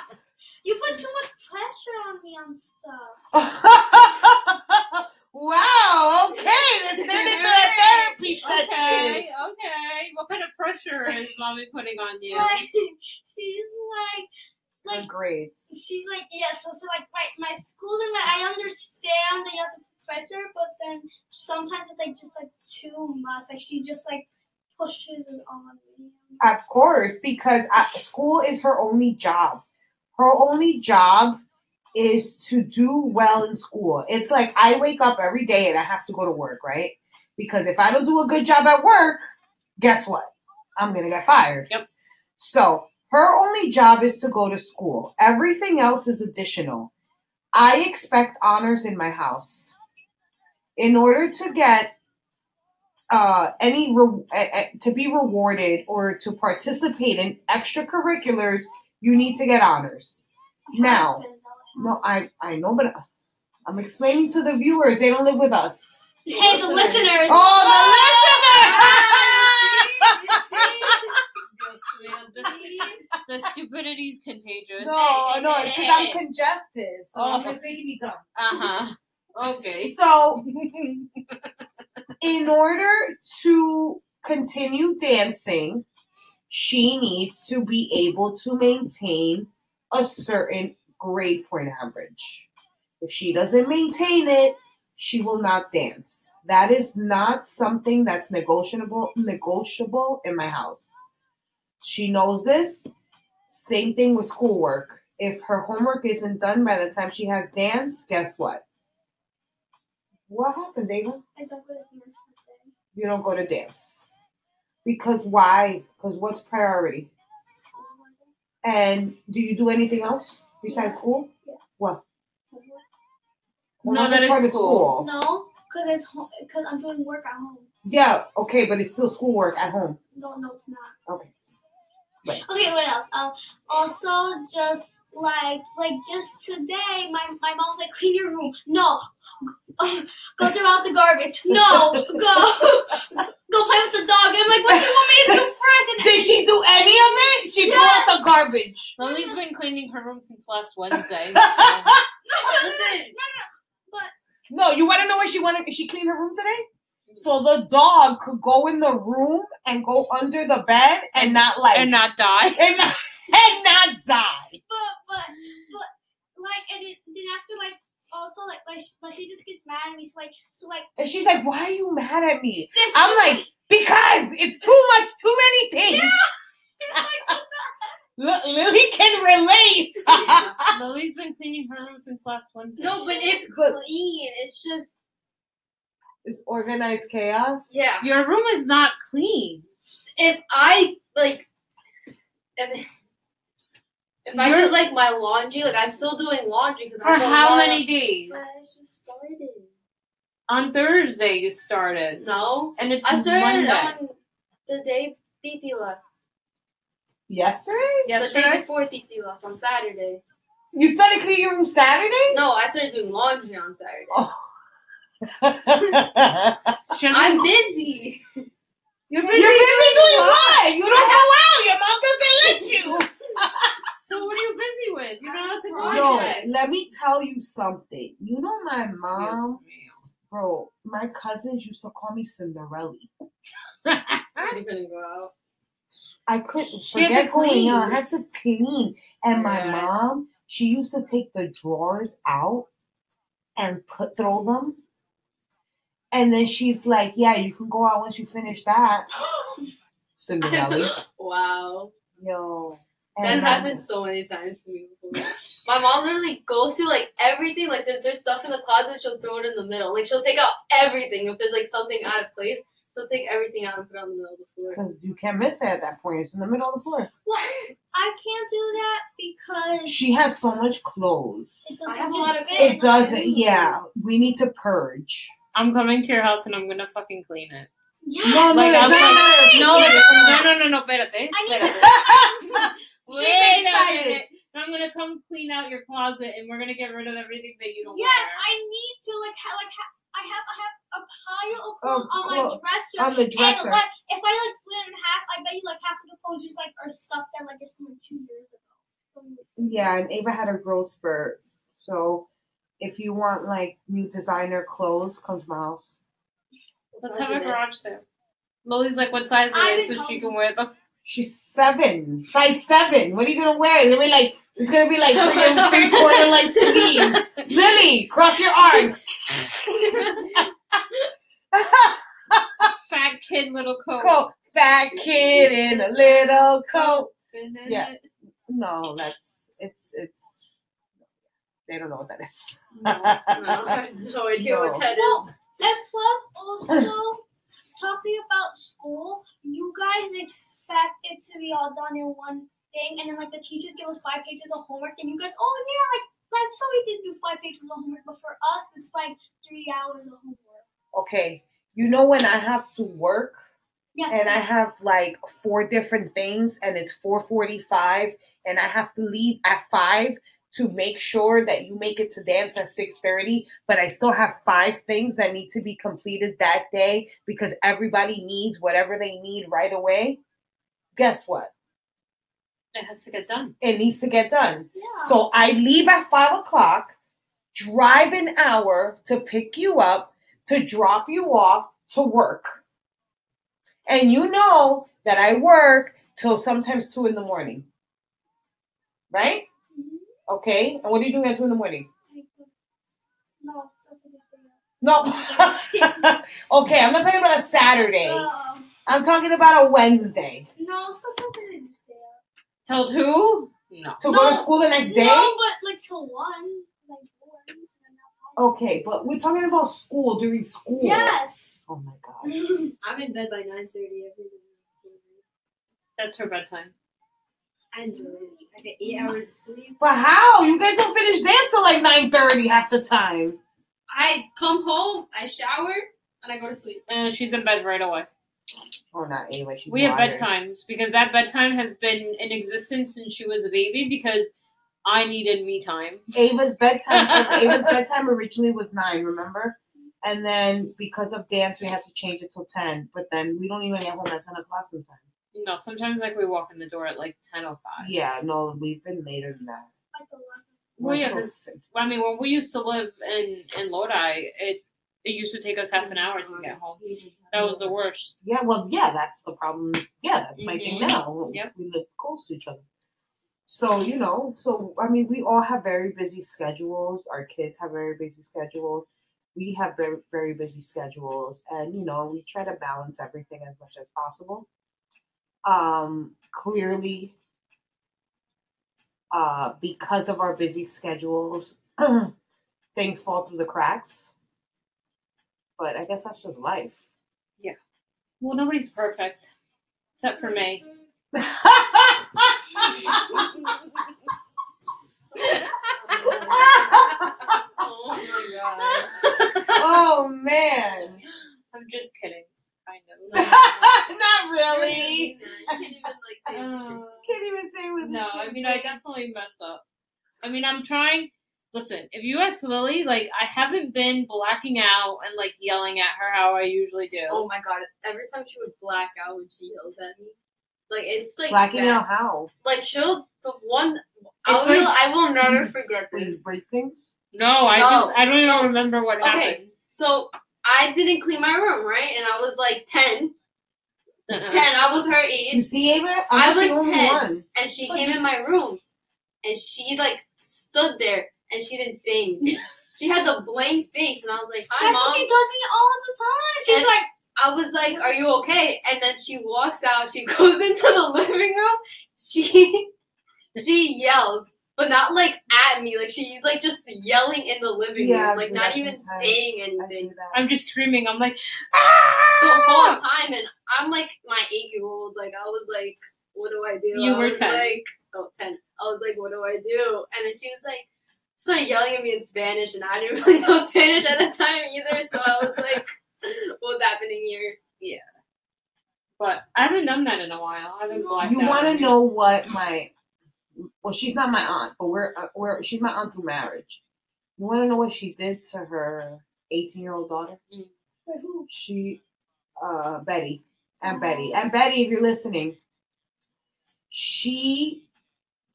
Speaker 4: You put too much pressure on me on stuff.
Speaker 1: wow okay let's turn into a therapy session
Speaker 2: Okay, okay. What kind of pressure is mommy putting on you?
Speaker 4: Like she's like
Speaker 1: Her
Speaker 4: Like-
Speaker 1: grades
Speaker 4: she's like yeah. So so like my my school and like, I understand that you have to put pressure, but then sometimes it's like just like too much. Like she just like pushes it on me.
Speaker 1: Of course, because uh school is her only job. Her only job is to do well in school. It's like I wake up every day and I have to go to work, right? Because if I don't do a good job at work, guess what? I'm going to get fired.
Speaker 2: Yep.
Speaker 1: So her only job is to go to school, everything else is additional. I expect honors in my house. In order to get uh, any re- uh, uh, to be rewarded or to participate in extracurriculars, you need to get honors. Now. No, I I know, but I'm explaining to the viewers. They don't live with us.
Speaker 4: Hey, the listeners.
Speaker 1: Oh,
Speaker 2: The stupidity is
Speaker 1: the
Speaker 2: contagious.
Speaker 1: listeners! no, no, it's because I'm congested, so I'm like making me dumb.
Speaker 2: Uh huh. Okay.
Speaker 1: So, in order to continue dancing, she needs to be able to maintain a certain grade point average. If she doesn't maintain it, she will not dance. That is not something that's negotiable negotiable in my house. She knows this. Same thing with schoolwork. If her homework isn't done by the time she has dance, guess what? What happened, Dana?
Speaker 4: I don't really remember something.
Speaker 1: You don't go to dance. Because why? Because what's priority? And do you do anything else besides school?
Speaker 4: Yeah.
Speaker 1: What?
Speaker 2: No, that is school.
Speaker 4: Oh No, because it's because I'm doing work at home.
Speaker 1: Yeah, okay, but it's still schoolwork at home.
Speaker 4: No, no, it's not.
Speaker 1: Okay.
Speaker 4: Okay, what else? Um, also just like like just today, my my mom's like clean your room. No, go throw out the garbage. No, go go play with the dog. I'm like, what do you want me to do first?
Speaker 1: Did she do any of it? She threw out the garbage.
Speaker 2: Lily's been cleaning her room since last Wednesday.
Speaker 3: Listen,
Speaker 1: No, you want to know where she went? She cleaned her room today, so the dog could go in the room and go under the bed and not like
Speaker 2: and not die.
Speaker 1: and not, and not die.
Speaker 4: but but but like and it, then after like also like like she, like she just gets mad at me. So like so like
Speaker 1: And she's like, "Why are you mad at me?"
Speaker 4: this.
Speaker 1: I'm like, "Because it's too much, too many things." Li- Lily can relate.
Speaker 2: Lily's been cleaning her room since last Wednesday.
Speaker 3: no, but it's
Speaker 1: But-
Speaker 3: clean. It's just
Speaker 1: it's organized chaos.
Speaker 3: yeah.
Speaker 2: your room is not clean.
Speaker 3: If I like, if, if I
Speaker 2: You're-
Speaker 3: do like my laundry, like I'm still doing laundry because
Speaker 2: For how many days?
Speaker 3: But I just started.
Speaker 2: On Thursday you started,
Speaker 3: No,
Speaker 2: and it's
Speaker 3: I started
Speaker 2: Monday.
Speaker 3: on the day Titi left.
Speaker 1: Yesterday,
Speaker 3: The day
Speaker 2: Yesterday.
Speaker 3: before Titi left on Saturday.
Speaker 1: you started cleaning your room Saturday.
Speaker 3: No, I started doing laundry on Saturday.
Speaker 2: She hasn't-
Speaker 3: I'm busy.
Speaker 2: you're busy.
Speaker 1: You're busy doing what? You don't
Speaker 3: I
Speaker 1: go out. Your mom doesn't let you.
Speaker 2: So what are you busy with? You're not allowed to go.
Speaker 3: Yo,
Speaker 2: out
Speaker 1: Yo,
Speaker 2: yet.
Speaker 3: Projects.
Speaker 1: let me tell you something. You know my mom, bro. My cousins used to call me Cinderella.
Speaker 3: You couldn't go out.
Speaker 1: I couldn't
Speaker 2: She had to
Speaker 1: forget going
Speaker 2: clean.
Speaker 1: out. I had to clean, and my
Speaker 2: Yeah.
Speaker 1: mom, she used to take the drawers out and put throw them. And then she's like, "Yeah, you can go out once you finish that." Cinderella,
Speaker 3: Wow.
Speaker 1: yo,
Speaker 3: That's
Speaker 1: And my-
Speaker 3: happened so many times to me before. My mom literally goes through like everything. Like if there's stuff in the closet, she'll throw it in the middle. Like she'll take out everything. If there's like something out of place, she'll take everything out and put it on the middle of the floor.
Speaker 1: Because you can't miss it at that point. It's in the middle of the floor.
Speaker 4: Well, I can't do that because
Speaker 1: She has so much clothes.
Speaker 4: it doesn't
Speaker 3: I have a
Speaker 4: just
Speaker 3: lot of
Speaker 4: fit.
Speaker 1: It doesn't. Yeah, we need to purge.
Speaker 2: I'm coming to your house and I'm gonna fucking clean it.
Speaker 4: Yes.
Speaker 1: No, no,
Speaker 2: Like,
Speaker 1: it's
Speaker 2: I'm
Speaker 1: not a
Speaker 2: like-
Speaker 1: matter of-
Speaker 2: No, like,
Speaker 1: Yes!
Speaker 2: no, no, no, no. Espérate.
Speaker 4: I need
Speaker 2: espérate.
Speaker 1: She's
Speaker 2: Wait
Speaker 1: excited.
Speaker 2: a minute. I'm gonna come clean out your closet and we're gonna get rid of everything that you don't
Speaker 4: Yes,
Speaker 2: wear.
Speaker 4: I need to like ha- like ha- I have I have a pile of
Speaker 1: Of
Speaker 4: clothes on my
Speaker 1: clo-
Speaker 4: dresser.
Speaker 1: Oh, on the
Speaker 4: And
Speaker 1: dresser.
Speaker 4: like, if I like split it in half, I bet you like half of the clothes just like are stuff that like is from like, two years ago.
Speaker 1: Yeah, and Ava had a growth spurt. So if you want like new designer clothes, come to my house.
Speaker 2: Let's have a garage sale. Lily's like, what size
Speaker 4: I
Speaker 2: are they
Speaker 4: didn't
Speaker 2: so she
Speaker 4: tell
Speaker 2: can wear them?
Speaker 1: She's seven, size seven. What are you gonna wear? It's gonna be like it's gonna be like freaking three quarter like sleeves. Lily, cross your arms.
Speaker 2: Fat kid, little coat.
Speaker 1: coat, fat kid in a little coat.
Speaker 2: Yeah.
Speaker 1: Yeah. No, that's it's it's. They don't know what that is.
Speaker 3: No, I have no idea
Speaker 1: No.
Speaker 3: what that is.
Speaker 4: Well, and plus also talking about school, you guys expect it to be all done in one thing, and then like the teachers give us five pages of homework, and you guys, oh yeah, like that's so we did do five pages of homework, but for us it's like three hours of homework.
Speaker 1: okay, you know when I have to work
Speaker 4: Yes.
Speaker 1: and I have like four different things and it's 4:45 and I have to leave at 5 to make sure that you make it to dance at 6:30, but I still have five things that need to be completed that day because everybody needs whatever they need right away. Guess what?
Speaker 2: It has to get done.
Speaker 1: It needs to get done.
Speaker 4: yeah.
Speaker 1: So I leave at five o'clock, drive an hour to pick you up, to drop you off to work. And you know that I work till sometimes two in the morning. Right? Okay. And what do you do at two in the morning?
Speaker 4: No, it's okay.
Speaker 1: No. okay, I'm not talking about a Saturday.
Speaker 4: Um,
Speaker 1: I'm talking about a Wednesday.
Speaker 4: no, so something there.
Speaker 2: Told who? No.
Speaker 1: To go
Speaker 4: No.
Speaker 1: to school the next day?
Speaker 4: No, but like till one, like four. and then I'll-
Speaker 1: Okay, but we're talking about school during school.
Speaker 4: Yes.
Speaker 1: Oh my god.
Speaker 4: I
Speaker 3: I'm in bed by 9:30 every day.
Speaker 2: That's her bedtime.
Speaker 3: I enjoy it. I get eight hours of sleep.
Speaker 1: But how? You guys don't finish dance till like 9.30 half the time.
Speaker 3: I come home, I shower, and I go to sleep.
Speaker 2: And she's in bed right away.
Speaker 1: Oh, not anyway. She's
Speaker 2: We have
Speaker 1: wired.
Speaker 2: bedtimes because that bedtime has been in existence since she was a baby because I needed me time.
Speaker 1: Ava's bedtime. Ava's bedtime originally was nine, remember? And then because of dance, we had to change it till ten. But then we don't even get home at ten o'clock sometimes.
Speaker 2: No, sometimes like we walk in the door at like ten oh five.
Speaker 1: Yeah, no, we've been later than that.
Speaker 4: go left.
Speaker 2: Well, yeah,
Speaker 1: We're
Speaker 2: this-
Speaker 1: close.
Speaker 2: I mean, when we used to live in in Lodi, it it used to take us half an hour
Speaker 3: Oh,
Speaker 2: to get home. That was the worst.
Speaker 1: Yeah, well, yeah, that's the problem. Yeah, that's my thing
Speaker 2: Mhm.
Speaker 1: now.
Speaker 2: Yep.
Speaker 1: We live close to each other. So, you know, so I mean, we all have very busy schedules. Our kids have very busy schedules. We have very, very busy schedules. And, you know, we try to balance everything as much as possible. Um, clearly, uh, because of our busy schedules, things fall through the cracks. But I guess that's just life.
Speaker 2: Well, nobody's perfect except for me.
Speaker 3: Oh my god.
Speaker 1: oh man.
Speaker 2: I'm just kidding, kind of.
Speaker 1: Not really.
Speaker 3: I can't even like say
Speaker 2: Uh,
Speaker 1: Can't even say with
Speaker 2: no, I mean I definitely mess up. I mean I'm trying. Listen, if you ask Lily, like I haven't been blacking out and like yelling at her how I usually do.
Speaker 3: Oh my god! Every time she would black out when she yells at me, like it's like
Speaker 1: blacking
Speaker 3: that.
Speaker 1: out how?
Speaker 3: Like she'll the one. I
Speaker 2: It's
Speaker 3: will.
Speaker 2: like-
Speaker 3: I will never forget
Speaker 1: When
Speaker 3: this.
Speaker 1: you break things?
Speaker 2: No, I
Speaker 3: No,
Speaker 2: just I don't even
Speaker 3: no.
Speaker 2: remember what
Speaker 3: Okay.
Speaker 2: happened.
Speaker 3: So I didn't clean my room, right? And I was like 10.
Speaker 2: Uh-uh.
Speaker 3: 10, I was her
Speaker 1: You
Speaker 3: age,
Speaker 1: see, Ava? I'm
Speaker 3: I
Speaker 1: not
Speaker 3: was
Speaker 1: the only
Speaker 3: 10.
Speaker 1: one.
Speaker 3: and she
Speaker 1: Oh,
Speaker 3: came in my room, and she like stood there, and she didn't say anything. She had the blank face, and I was like, "Hi,
Speaker 4: That's what
Speaker 3: mom."
Speaker 4: she does me all the time. She's
Speaker 3: And-
Speaker 4: like,
Speaker 3: I was like, "Are you okay?" And then she walks out. She goes into the living room. She she yells, but not like at me. Like she's like just yelling in the living
Speaker 1: Yeah, I
Speaker 3: room, like
Speaker 1: do
Speaker 3: not
Speaker 1: that
Speaker 3: even
Speaker 1: sometimes.
Speaker 3: saying
Speaker 1: I do
Speaker 3: anything
Speaker 1: that.
Speaker 2: I'm just screaming. I'm like
Speaker 3: the whole
Speaker 2: "Ah!"
Speaker 3: time. And I'm like my eight year old. Like I was like, "What do I do?"
Speaker 2: You
Speaker 3: I
Speaker 2: were
Speaker 3: was
Speaker 2: 10.
Speaker 3: Like, oh, 10. I was like, "What do I do?" And then she was like. Started yelling at me in Spanish, and I didn't really know Spanish at the time either. So I was like, "What's happening here?"
Speaker 2: But I haven't done that in a while. I haven't blacked
Speaker 1: You
Speaker 2: out.
Speaker 1: want to know what my? Well, she's not my aunt, but we're uh, we're she's my aunt through marriage. You want to know what she did to her eighteen-year-old daughter?
Speaker 2: Mm.
Speaker 4: Wait, who?
Speaker 1: She, uh, Betty, and Betty,
Speaker 2: Oh.
Speaker 1: and Betty, if you're listening, she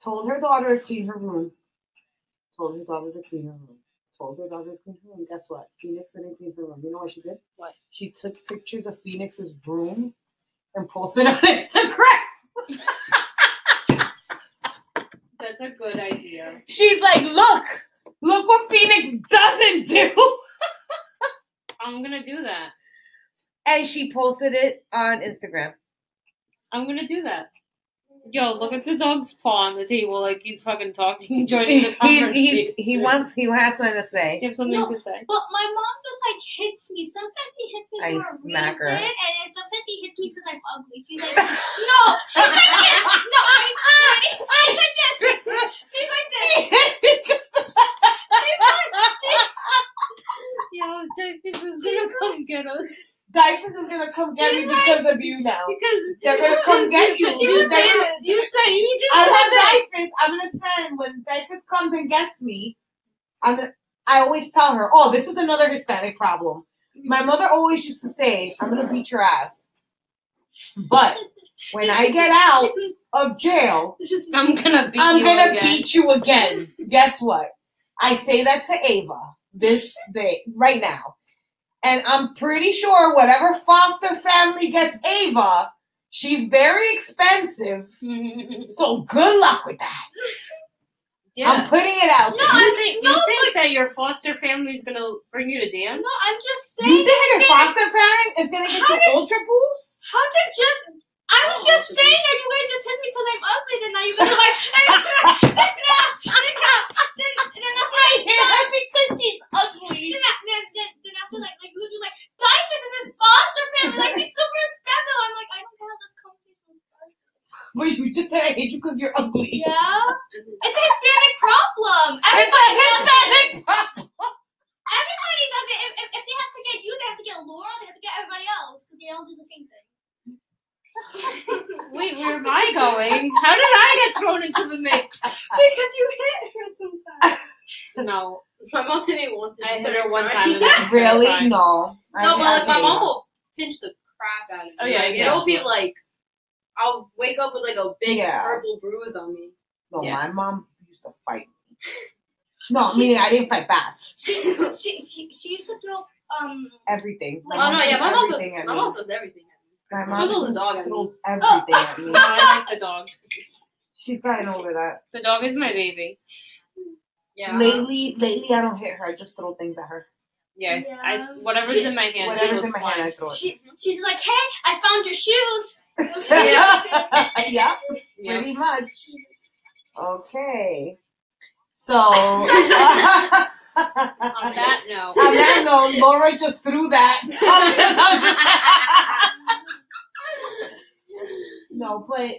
Speaker 1: told her daughter to clean her room. Told her daughter to clean her room. Told her daughter to clean her room. Guess what? Phoenix didn't clean her room. You know what she did?
Speaker 2: What?
Speaker 1: She took pictures of Phoenix's room and posted on Instagram.
Speaker 2: That's a good idea.
Speaker 1: She's like, look, look what Phoenix doesn't do.
Speaker 2: I'm gonna do that.
Speaker 1: And she posted it on Instagram.
Speaker 2: I'm gonna do that. Yo, look at the dog's paw on the table, like he's fucking talking, joining the
Speaker 1: He,
Speaker 2: conversation.
Speaker 1: he, he wants he has something to
Speaker 2: You
Speaker 1: say.
Speaker 2: have something
Speaker 4: No.
Speaker 2: to say?
Speaker 4: But my mom just like hits me. Sometimes she hits me
Speaker 1: I
Speaker 4: for a
Speaker 1: smack her.
Speaker 4: reason, and then sometimes she hits me because I'm ugly. She's like, no, she's like, this. no, wait, wait. she's like this. She's like this.
Speaker 2: Yo, Davis is gonna come get us
Speaker 1: Diapers is gonna come get me because of you now.
Speaker 2: because
Speaker 1: They're gonna come get you.
Speaker 2: because You said
Speaker 1: They're gonna-
Speaker 2: you said you just
Speaker 1: I
Speaker 2: said that.
Speaker 1: love Diapers. I'm gonna send when Diapers comes and gets me. I'm gonna, I always tell her, oh, this is another Hispanic problem.
Speaker 2: Mm.
Speaker 1: My mother always used to say, I'm gonna beat your ass. But when I get out of jail,
Speaker 2: I'm gonna beat
Speaker 1: I'm
Speaker 2: you
Speaker 1: gonna
Speaker 2: again.
Speaker 1: beat you again. Guess what? I say that to Ava this day, right now. And I'm pretty sure whatever foster family gets Ava, she's very expensive. So good luck with that. I'm
Speaker 2: yeah.
Speaker 1: putting it out
Speaker 4: No,
Speaker 1: there.
Speaker 4: I'm
Speaker 2: you think,
Speaker 4: no,
Speaker 2: you think that your foster family's gonna bring you to dance?
Speaker 4: No, I'm just
Speaker 1: you
Speaker 4: saying.
Speaker 1: think your
Speaker 4: it's gonna-
Speaker 1: foster parent is gonna get
Speaker 4: How
Speaker 1: you ultra boost?
Speaker 4: How to just? I was
Speaker 1: Oh,
Speaker 4: just saying that you guys just hit me because I'm ugly, and now you guys are like, then, then, then, then that's why.
Speaker 1: because she's ugly.
Speaker 4: Then, I- then, then, then after like, like you were like, Dyfus in this foster family, like she's super expensive. I'm like, I don't care how this conversation started.
Speaker 1: But you just said I hate you because you're ugly.
Speaker 4: Yeah, it's a Hispanic problem.
Speaker 1: It's
Speaker 4: Everybody
Speaker 1: a
Speaker 4: does it.
Speaker 1: Hispanic problem.
Speaker 4: Everybody does it. If, if, if they have to get you, they have to get Laura. They have to get everybody else because they all do the same thing.
Speaker 2: Wait, where am I going? How did I get thrown into the mix?
Speaker 4: because you hit her sometimes.
Speaker 2: No,
Speaker 3: My mom hit me once. And
Speaker 2: I
Speaker 3: she
Speaker 2: hit
Speaker 3: started
Speaker 2: her one time.
Speaker 3: crying.
Speaker 2: and I was
Speaker 1: Really?
Speaker 2: terrified.
Speaker 1: No. I-
Speaker 3: No, but
Speaker 1: I
Speaker 3: like my
Speaker 1: agree.
Speaker 3: mom will pinch the crap out of me.
Speaker 2: Oh, yeah,
Speaker 3: like,
Speaker 2: yeah,
Speaker 3: it'll be
Speaker 2: sure.
Speaker 3: like I'll wake up with like a big
Speaker 1: Yeah.
Speaker 3: purple bruise on me.
Speaker 1: No,
Speaker 2: Yeah.
Speaker 1: my mom used to fight me. No,
Speaker 4: She-
Speaker 1: meaning I didn't fight back.
Speaker 4: she, she, she, she used to throw um.
Speaker 1: Everything. My
Speaker 4: Oh,
Speaker 3: oh
Speaker 1: mom
Speaker 3: no,
Speaker 1: threw
Speaker 3: yeah, my mom does.
Speaker 1: everything at
Speaker 3: My
Speaker 1: me.
Speaker 3: mom does everything.
Speaker 1: My
Speaker 3: She'll throw the
Speaker 1: mom
Speaker 3: dog at me.
Speaker 1: throws everything at me.
Speaker 2: No, I like the dog.
Speaker 1: She's gotten over that.
Speaker 2: The dog is my baby.
Speaker 3: Yeah.
Speaker 1: Lately, lately I don't hit her. I just throw things at her.
Speaker 2: Yeah,
Speaker 4: Yeah.
Speaker 2: I, whatever's in my hand.
Speaker 1: Um, Whatever's
Speaker 2: goes
Speaker 1: in my
Speaker 2: flying.
Speaker 1: hand, I throw it.
Speaker 4: She, she's like, hey, I found your shoes.
Speaker 1: yeah. yeah,
Speaker 2: Yeah.
Speaker 1: pretty much. Okay. So on
Speaker 2: On that note,
Speaker 1: that note, Laura just threw that. no, but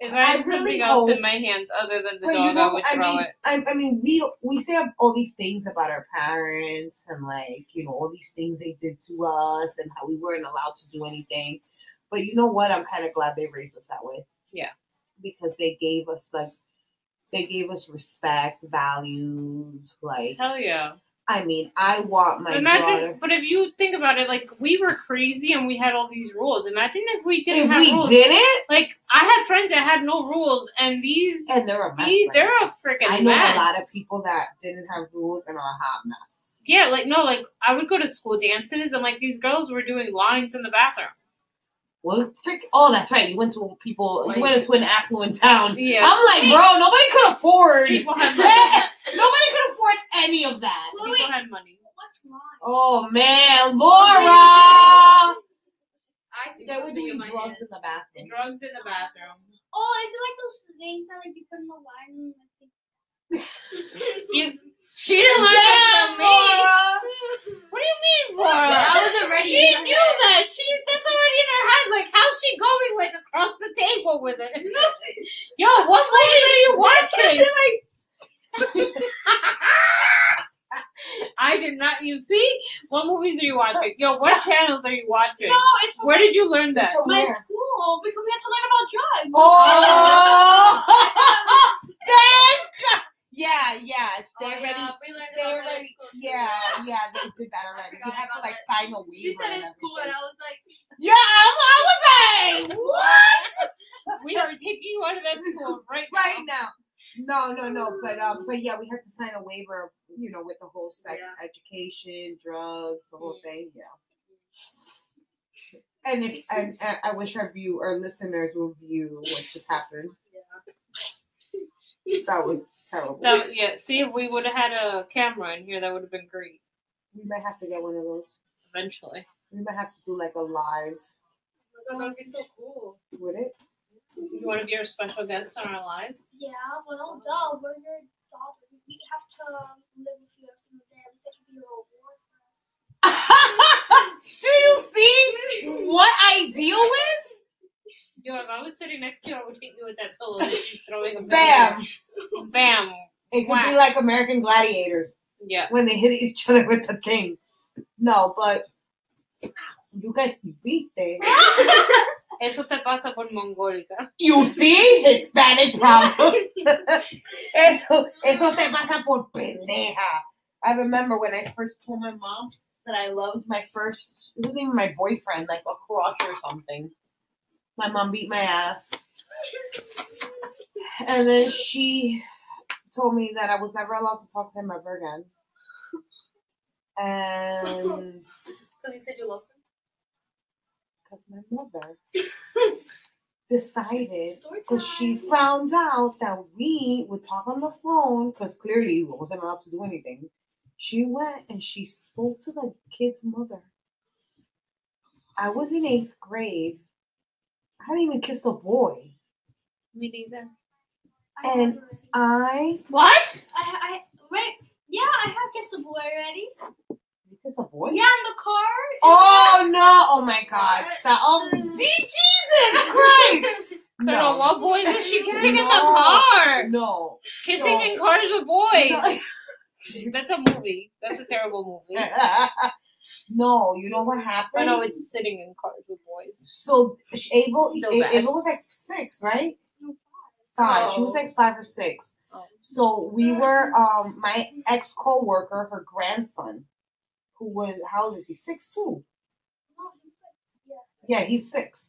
Speaker 2: if I had
Speaker 1: I really
Speaker 2: something else
Speaker 1: hope-
Speaker 2: in my hands other than the
Speaker 1: but
Speaker 2: dog,
Speaker 1: you know,
Speaker 2: I would
Speaker 1: I
Speaker 2: throw
Speaker 1: mean,
Speaker 2: it.
Speaker 1: I, I mean, we we say all these things about our parents and like you know all these things they did to us and how we weren't allowed to do anything. But you know what? I'm kind of glad they raised us that way.
Speaker 2: Yeah.
Speaker 1: because they gave us like they gave us respect, values. Like,
Speaker 2: Hell yeah.
Speaker 1: I mean, I want my
Speaker 2: Imagine,
Speaker 1: daughter.
Speaker 2: but if you think about it, like we were crazy and we had all these rules. Imagine if we
Speaker 1: If
Speaker 2: didn't have
Speaker 1: we
Speaker 2: rules.
Speaker 1: did it,
Speaker 2: Like I had friends that had no rules, and these,
Speaker 1: and they're a mess.
Speaker 2: these
Speaker 1: right
Speaker 2: they're
Speaker 1: now.
Speaker 2: a freaking.
Speaker 1: I know
Speaker 2: mess.
Speaker 1: a lot of people that didn't have rules and are a hot mess.
Speaker 2: Yeah, like no, like I would go to school dances, and like these girls were doing lines in the bathroom.
Speaker 1: Well, frick, oh, that's right. You went to people. You went into an affluent town.
Speaker 2: Yeah,
Speaker 1: I'm like, bro, nobody could afford.
Speaker 2: people had money.
Speaker 1: nobody could afford any of that.
Speaker 4: Wait,
Speaker 2: people
Speaker 4: wait,
Speaker 2: had money.
Speaker 4: what's mine?
Speaker 1: Oh man, Laura.
Speaker 3: I do
Speaker 1: They were
Speaker 3: something in
Speaker 1: doing
Speaker 3: my
Speaker 1: drugs
Speaker 3: hand.
Speaker 1: in the bathroom.
Speaker 2: Drugs in the bathroom.
Speaker 4: Oh, is it like those things that like you put in the wine and like, they-
Speaker 2: You, she didn't learn
Speaker 1: Damn,
Speaker 2: that
Speaker 1: Laura.
Speaker 2: from me. What do you mean,
Speaker 3: That
Speaker 2: Laura?
Speaker 3: was already.
Speaker 2: She
Speaker 3: in her
Speaker 2: knew that.
Speaker 3: head.
Speaker 2: She that's already in her head. Like, how's she going like across the table with
Speaker 3: Oh,
Speaker 2: it? Yo, what movie are you watching? I did not. You see, what movies are you watching? Yo, what channels are you watching?
Speaker 4: No, it's from
Speaker 2: Where did you learn that?
Speaker 1: From
Speaker 4: my
Speaker 1: where?
Speaker 4: school because we had to learn about drugs.
Speaker 1: Oh, thank. Yeah, yeah. They
Speaker 3: Oh,
Speaker 1: already.
Speaker 3: yeah, we learned
Speaker 1: They
Speaker 3: about that in
Speaker 1: already.
Speaker 3: school, too.
Speaker 1: Yeah, yeah. They did that
Speaker 3: I
Speaker 1: already. You
Speaker 3: forgot
Speaker 1: have to
Speaker 3: about
Speaker 1: like
Speaker 3: that.
Speaker 1: sign a waiver.
Speaker 3: She said
Speaker 1: and
Speaker 3: it's cool, and
Speaker 1: everything.
Speaker 3: I was like,
Speaker 1: Yeah, I, I was like, what?
Speaker 2: We are taking you out of that school right now.
Speaker 1: right now. No, no, no. But um, but yeah, we had to sign a waiver. You know, with the whole sex
Speaker 3: Yeah. Mm.
Speaker 1: education, drugs, the whole thing. Yeah. And if and I, I wish our view our listeners will view what just happened. That was terrible.
Speaker 2: That, yeah, see if we would have had a camera in here, that would have been great.
Speaker 1: We might have to get one of those.
Speaker 2: Eventually,
Speaker 1: We might have to do like a live
Speaker 3: oh my god, that would be so cool.
Speaker 1: with it.
Speaker 2: you want to be our special guest on our lives?
Speaker 4: Yeah, well, duh, we're your daughter. We have to live with you every single day. That could be your reward.
Speaker 1: do you see what I deal with?
Speaker 2: Yo, if I was sitting next to you, I would hit you with that pillow that she's throwing. a
Speaker 1: Bam!
Speaker 2: pillow. bam.
Speaker 1: It could
Speaker 2: Wow.
Speaker 1: be like American Gladiators.
Speaker 2: Yeah,
Speaker 1: when they hit each other with the thing. No, but you guys eh? viste.
Speaker 2: eso te pasa por mongólica.
Speaker 1: You see Hispanic problem. eso, eso te pasa por pendeja. I remember when I first told my mom that I loved my first. It wasn't even my boyfriend, like a crush or something. My mom beat my ass, and then she told me that I was never allowed to talk to him ever again. And
Speaker 3: Because you said you loved him.
Speaker 1: Because my mother decided
Speaker 4: Story
Speaker 1: because she
Speaker 4: time.
Speaker 1: found out that we would talk on the phone because clearly we wasn't allowed to do anything. She went and she spoke to the kid's mother. I was in eighth grade. I hadn't even kissed a boy.
Speaker 2: Me neither.
Speaker 4: I
Speaker 1: and-
Speaker 4: have already.
Speaker 1: I
Speaker 2: What?
Speaker 4: I, ha- I right. Yeah, I have kissed the boy already.
Speaker 1: you kissed a boy.
Speaker 4: Yeah, in the car.
Speaker 1: Oh no! Oh my God! Stop! Oh,
Speaker 2: Mm.
Speaker 1: gee, Jesus Christ!
Speaker 2: No.
Speaker 1: No.
Speaker 2: what boys is she kissing in the
Speaker 1: No.
Speaker 2: car?
Speaker 1: No.
Speaker 2: Kissing
Speaker 1: So-
Speaker 2: in cars with boys.
Speaker 1: No.
Speaker 2: That's a movie. That's a terrible movie.
Speaker 1: no, you know what happened?
Speaker 2: I know it's sitting in cars with boys.
Speaker 1: So sh- Abel,
Speaker 2: Still
Speaker 1: A-
Speaker 2: bad.
Speaker 1: Abel was like six, right? Five. She was like five or six.
Speaker 2: Oh.
Speaker 1: So we were um my ex co-worker, her grandson, who was how old is he? Six too. Yeah, he's six.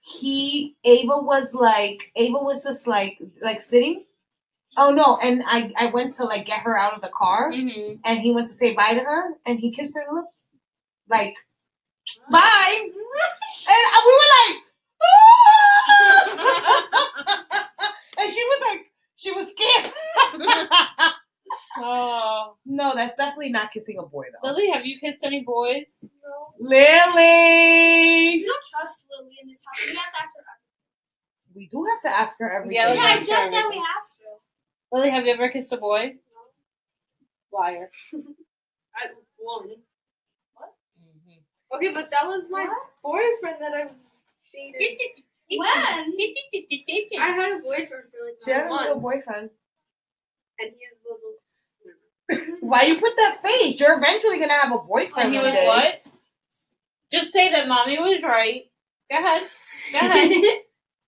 Speaker 1: He Ava was like Ava was just like like sitting. Oh no! And I I went to like get her out of the car,
Speaker 2: Mm-hmm.
Speaker 1: and he went to say bye to her, and he kissed her lips, like bye. And we were like, and she was like, she was scared.
Speaker 2: Oh,
Speaker 1: no, that's definitely not kissing a boy though.
Speaker 2: Lily, have you kissed any boys?
Speaker 4: No.
Speaker 1: Lily,
Speaker 4: You don't trust Lily in this house. You have to ask her.
Speaker 1: we do have to ask her everything.
Speaker 2: Yeah,
Speaker 4: Yeah,
Speaker 2: let's
Speaker 4: I
Speaker 2: ask
Speaker 4: just
Speaker 2: her
Speaker 4: said we
Speaker 2: everything.
Speaker 4: have to.
Speaker 2: Lily, have you ever kissed a boy? Liar.
Speaker 3: I one.
Speaker 2: Mm-hmm.
Speaker 3: Okay, but that was my boyfriend that I dated.
Speaker 4: When?
Speaker 3: I had a boyfriend for like
Speaker 1: She had a
Speaker 3: months,
Speaker 1: little boyfriend.
Speaker 3: and he was
Speaker 1: Why you put that face? You're eventually gonna have a boyfriend.
Speaker 2: When he
Speaker 1: one
Speaker 2: was
Speaker 1: day.
Speaker 2: what? Just say that mommy was right. Go ahead. Go ahead.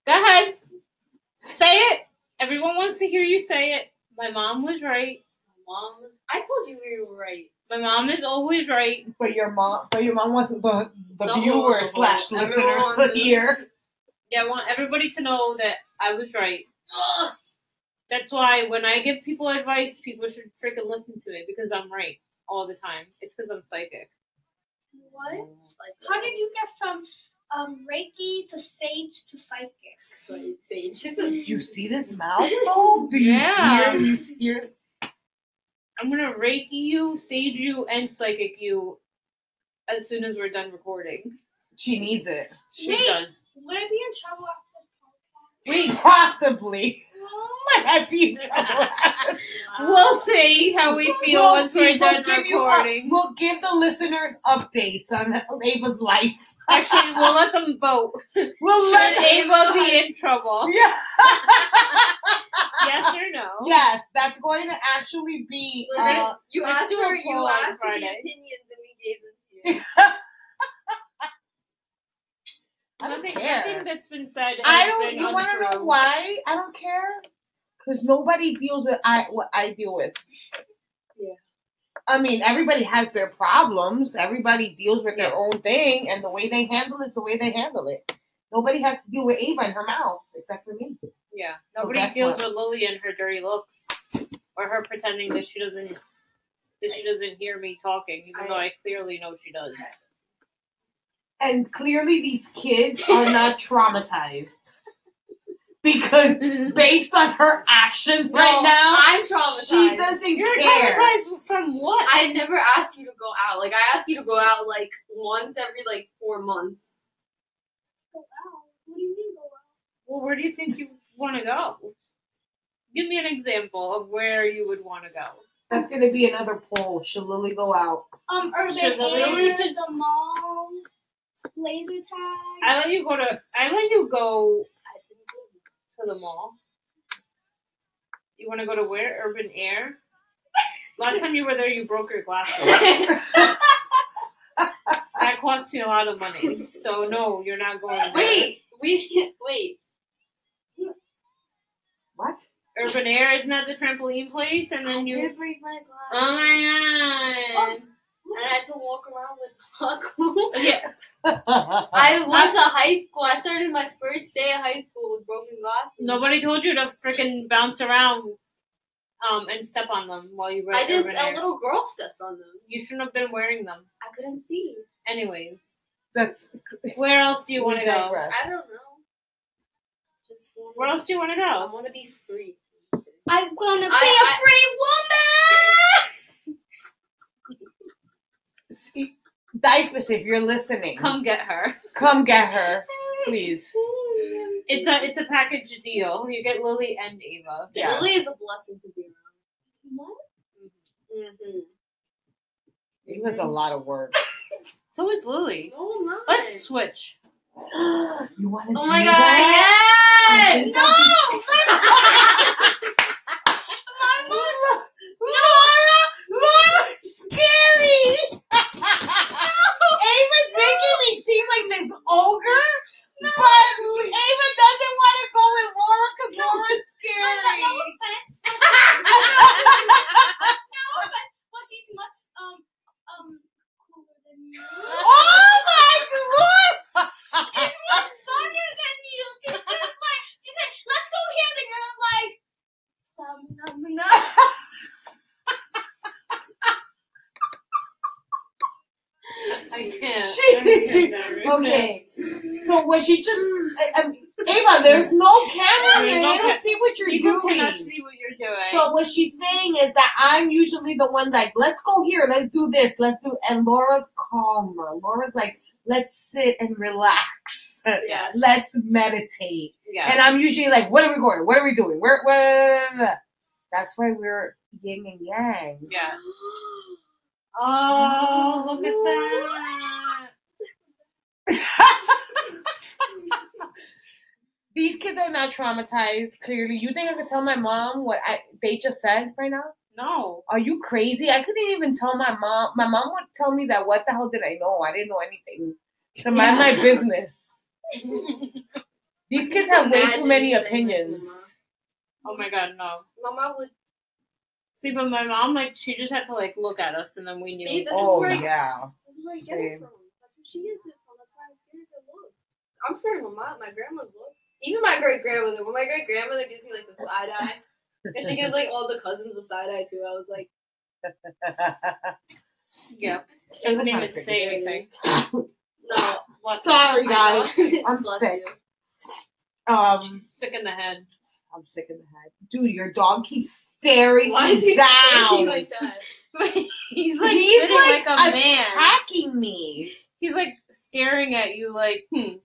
Speaker 2: Go ahead. Say it. Everyone wants to hear you say it. My mom was right.
Speaker 3: Mom, I told you we were right.
Speaker 2: My mom is always right.
Speaker 1: But your mom, but your mom wants the the,
Speaker 3: The whole-
Speaker 1: viewer
Speaker 3: the whole-
Speaker 1: slash
Speaker 3: everyone
Speaker 1: listeners to
Speaker 3: wants it.
Speaker 1: hear.
Speaker 2: Yeah, I want everybody to know that I was right.
Speaker 3: Ugh.
Speaker 2: That's why when I give people advice, people should freaking listen to it because I'm right all the time. It's because I'm psychic.
Speaker 4: What? How did you get from um, Reiki to Sage to Psychic?
Speaker 3: Like, Sage. She's a-
Speaker 1: You see this mouth though? Do you
Speaker 2: Yeah.
Speaker 1: hear? You see- hear?
Speaker 2: I'm gonna reiki you, sage you, and psychic you as soon as we're done recording.
Speaker 1: She needs it.
Speaker 2: She
Speaker 4: Wait.
Speaker 2: does.
Speaker 4: Would I be in trouble after this podcast?
Speaker 1: Possibly.
Speaker 4: No.
Speaker 1: Might have you in trouble.
Speaker 2: We'll see how we feel
Speaker 1: Uh, We'll
Speaker 2: once
Speaker 1: see.
Speaker 2: we're done
Speaker 1: give you
Speaker 2: recording.
Speaker 1: up- we'll give the listeners updates on Ava's life.
Speaker 2: Actually, we'll let them vote.
Speaker 1: We'll
Speaker 2: Should
Speaker 1: let
Speaker 2: Ava be in trouble?
Speaker 1: yeah.
Speaker 2: Yes or no?
Speaker 1: Yes, that's going to actually be.
Speaker 3: Listen,
Speaker 1: Uh,
Speaker 3: you
Speaker 2: let's
Speaker 3: asked
Speaker 2: do a
Speaker 3: for
Speaker 2: poll
Speaker 3: you
Speaker 2: on
Speaker 3: asked for the
Speaker 2: Friday.
Speaker 3: opinions, and we gave them to you.
Speaker 1: I don't
Speaker 2: nothing,
Speaker 1: care.
Speaker 2: nothing that's been said.
Speaker 1: I
Speaker 2: has
Speaker 1: don't.
Speaker 2: been
Speaker 1: You want to know
Speaker 2: untrue.
Speaker 1: why? I don't care. Because nobody deals with I what I deal with.
Speaker 3: Yeah.
Speaker 1: I mean, everybody has their problems. Everybody deals with their own thing, and the way they handle it is the way they handle it. Nobody has to deal with Ava and her mouth, except for me.
Speaker 2: Yeah,
Speaker 1: So
Speaker 2: nobody
Speaker 1: guess
Speaker 2: deals
Speaker 1: what?
Speaker 2: with Lily and her dirty looks, or her pretending that she doesn't that she doesn't hear me talking, even
Speaker 3: I-
Speaker 2: though I clearly know she does.
Speaker 1: And clearly, these kids are not traumatized because, based on her actions right
Speaker 3: No,
Speaker 1: now,
Speaker 3: I'm traumatized.
Speaker 1: she doesn't
Speaker 2: You're
Speaker 1: care.
Speaker 2: traumatized from what?
Speaker 3: I never ask you to go out. Like I ask you to go out like once every like four months.
Speaker 4: Go out. What do you mean go out?
Speaker 2: well, where do you think you want to go? Give me an example of where you would want to go.
Speaker 1: That's gonna be another poll. Should Lily go out?
Speaker 4: Um, Urban
Speaker 2: Should the
Speaker 4: Air,
Speaker 2: lady-
Speaker 4: the mall, laser tag.
Speaker 2: I let you go to. I let you go to the mall. You want to go to where? Urban Air. Last time you were there, you broke your glasses.
Speaker 3: Wait,
Speaker 2: That cost me a lot of money. So no, you're not going. There.
Speaker 3: we wait.
Speaker 1: What?
Speaker 2: Urban Air isn't that the trampoline place? And then
Speaker 4: I
Speaker 2: you.
Speaker 4: did break my
Speaker 2: Oh
Speaker 3: Um, Oh,
Speaker 4: glass.
Speaker 2: my
Speaker 3: And I had to walk around with Paco.
Speaker 2: god. Yeah.
Speaker 3: I went to high school. I started my first day of high school with broken glasses.
Speaker 2: Nobody told you to freaking bounce around um, and step on them while you were
Speaker 3: I
Speaker 2: over
Speaker 3: didn't.
Speaker 2: there.
Speaker 3: A little girl stepped on them.
Speaker 2: You shouldn't have been wearing them.
Speaker 3: I couldn't see.
Speaker 2: Anyways,
Speaker 1: That's
Speaker 2: where else do you
Speaker 1: We
Speaker 2: want to go?
Speaker 1: digress.
Speaker 3: I don't know. Just
Speaker 2: Where else do you want to
Speaker 3: I
Speaker 2: go?
Speaker 3: want to be free.
Speaker 4: I'm gonna be
Speaker 3: I-
Speaker 4: a free woman.
Speaker 1: See, Dyfus, e, if you're listening, come,
Speaker 2: Come get her.
Speaker 1: get her, please.
Speaker 2: It's a it's a package deal. You get Lily and Ava.
Speaker 1: Yeah.
Speaker 3: Lily is a blessing to be around.
Speaker 4: What?
Speaker 3: Mm-hmm.
Speaker 1: It was a lot of work.
Speaker 2: So is Lily.
Speaker 3: No, I'm not.
Speaker 2: Let's switch.
Speaker 1: you want to?
Speaker 3: Oh my god! Yes!
Speaker 4: No, my mom.
Speaker 1: Laura, Laura, scary. Ava's making me seem like this ogre, but Ava doesn't want to go with Laura because Laura's
Speaker 4: No, no, no
Speaker 1: scary.
Speaker 4: offense. No offense. Well, she's much um um cooler than you.
Speaker 1: oh my lord!
Speaker 4: She's much funner than you. She's just like she said, "Let's go here," and you're like, "Some num num."
Speaker 2: I can't.
Speaker 1: She- okay. So was she just? I, I mean, Ava, there's no camera here.
Speaker 2: There's no
Speaker 1: They don't
Speaker 2: ca-
Speaker 1: see what you're
Speaker 2: People cannot
Speaker 1: doing.
Speaker 2: see what you're doing.
Speaker 1: So what she's saying is that I'm usually the one like, let's go here, let's do this, let's do. And Laura's calmer. Laura's like, let's sit and relax.
Speaker 3: Yeah.
Speaker 1: Let's meditate.
Speaker 2: yeah.
Speaker 1: And I'm usually like, what are we going? What are we doing? Where? where? That's why we're yin and yang.
Speaker 2: yeah. Oh, look at that.
Speaker 1: These kids are not traumatized. Clearly, you think I could tell my mom what I they just said right now?
Speaker 2: No.
Speaker 1: Are you crazy? I couldn't even tell my mom. My mom would tell me that. What the hell did I know? I didn't know anything. To mind my business. These kids have way too
Speaker 3: Imagine
Speaker 1: many
Speaker 3: saying that to
Speaker 1: opinions.
Speaker 3: Mama.
Speaker 2: Oh my god, no.
Speaker 3: Mama would
Speaker 2: See, but my mom, like, she just had to, like, look at us and then we knew.
Speaker 3: see this is
Speaker 1: Oh
Speaker 3: where I
Speaker 1: yeah.
Speaker 3: This is where I get it
Speaker 1: Same.
Speaker 3: from. That's where she gets it from. That's why I'm scared of her looks. I'm scared of my mom, my grandma's looks. Even my great grandmother. When my great grandmother gives me like the side eye, and she gives like all the cousins the side eye too. I was like,
Speaker 2: yeah. She doesn't
Speaker 1: That's not
Speaker 2: even
Speaker 1: pretty.
Speaker 2: say anything.
Speaker 3: no.
Speaker 2: Bless her.
Speaker 1: Sorry guys. I'm
Speaker 3: Bless
Speaker 1: sick.
Speaker 3: you.
Speaker 1: Um,
Speaker 2: Sick in the head.
Speaker 1: I'm sick in the head, dude. Your dog keeps staring
Speaker 3: Why is
Speaker 1: me
Speaker 3: he
Speaker 1: down.
Speaker 3: down. like that?
Speaker 2: He's like
Speaker 1: He's
Speaker 2: sitting
Speaker 1: like,
Speaker 2: like, a man.
Speaker 1: attacking me.
Speaker 2: He's like staring at you like, hmm.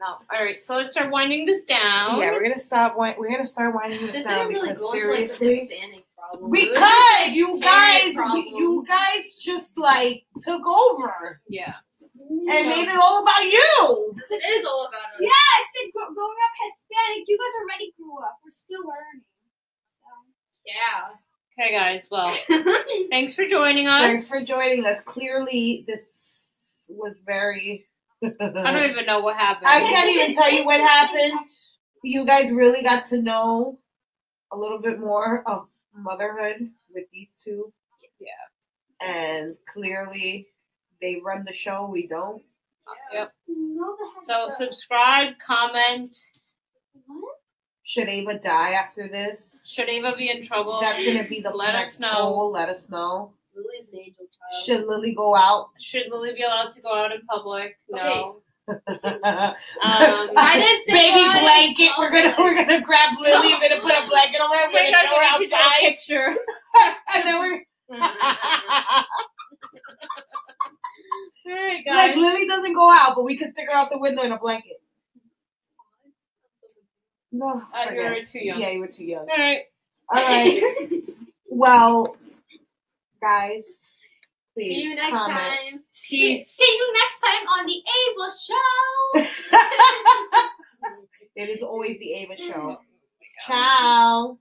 Speaker 2: No. Alright, so let's start winding this down.
Speaker 1: Yeah, we're gonna stop. wi- We're gonna start winding this
Speaker 3: This
Speaker 1: down
Speaker 3: didn't really
Speaker 1: because
Speaker 3: go into like the
Speaker 1: seriously,
Speaker 3: Hispanic problem.
Speaker 1: because you guys,
Speaker 3: Panic problems.
Speaker 1: you guys just like took over
Speaker 2: Yeah.
Speaker 1: and made it all about you.
Speaker 3: It is all about us.
Speaker 4: Yes, and gr- growing up Hispanic, you guys already grew up. We're still learning.
Speaker 3: Yeah.
Speaker 2: Okay, guys. Well, thanks for joining us.
Speaker 1: Thanks for joining us. Clearly, this was very.
Speaker 2: I don't even know what happened.
Speaker 1: I can't even tell you what happened. You guys really got to know a little bit more of motherhood with these two. Yeah. And clearly, they run the show. We don't.
Speaker 2: Yep.
Speaker 4: No, the heck
Speaker 2: So
Speaker 4: not.
Speaker 2: subscribe, comment.
Speaker 4: What?
Speaker 1: Should Ava die after this?
Speaker 2: Should Ava be in trouble?
Speaker 1: That's gonna be the
Speaker 2: Let
Speaker 1: next
Speaker 2: us know.
Speaker 1: poll. Let us know.
Speaker 3: Lily's an angel child.
Speaker 1: Should Lily go out?
Speaker 2: Should Lily be allowed to go out in public? No. Um,
Speaker 3: I didn't say
Speaker 1: Baby
Speaker 3: go out in
Speaker 1: blanket. We're gonna we're gonna grab Lily. We're gonna put a blanket over her. We're
Speaker 2: Thank
Speaker 1: gonna
Speaker 2: God
Speaker 1: throw her
Speaker 2: we didn't get a
Speaker 1: outside,
Speaker 2: picture.
Speaker 1: and then we're
Speaker 2: All
Speaker 1: like
Speaker 2: right, guys.
Speaker 1: Lily doesn't go out, but we can stick her out the window in a blanket. No,
Speaker 2: Uh,
Speaker 1: forget it.
Speaker 2: you're too young.
Speaker 1: yeah, you were too young.
Speaker 2: All right.
Speaker 1: All right. Well, guys, please
Speaker 3: See you next
Speaker 1: comment.
Speaker 3: time.
Speaker 4: See,
Speaker 2: Peace.
Speaker 4: see you next time on the Ava Show.
Speaker 2: Mm-hmm.
Speaker 1: it is always the Ava show. Ciao.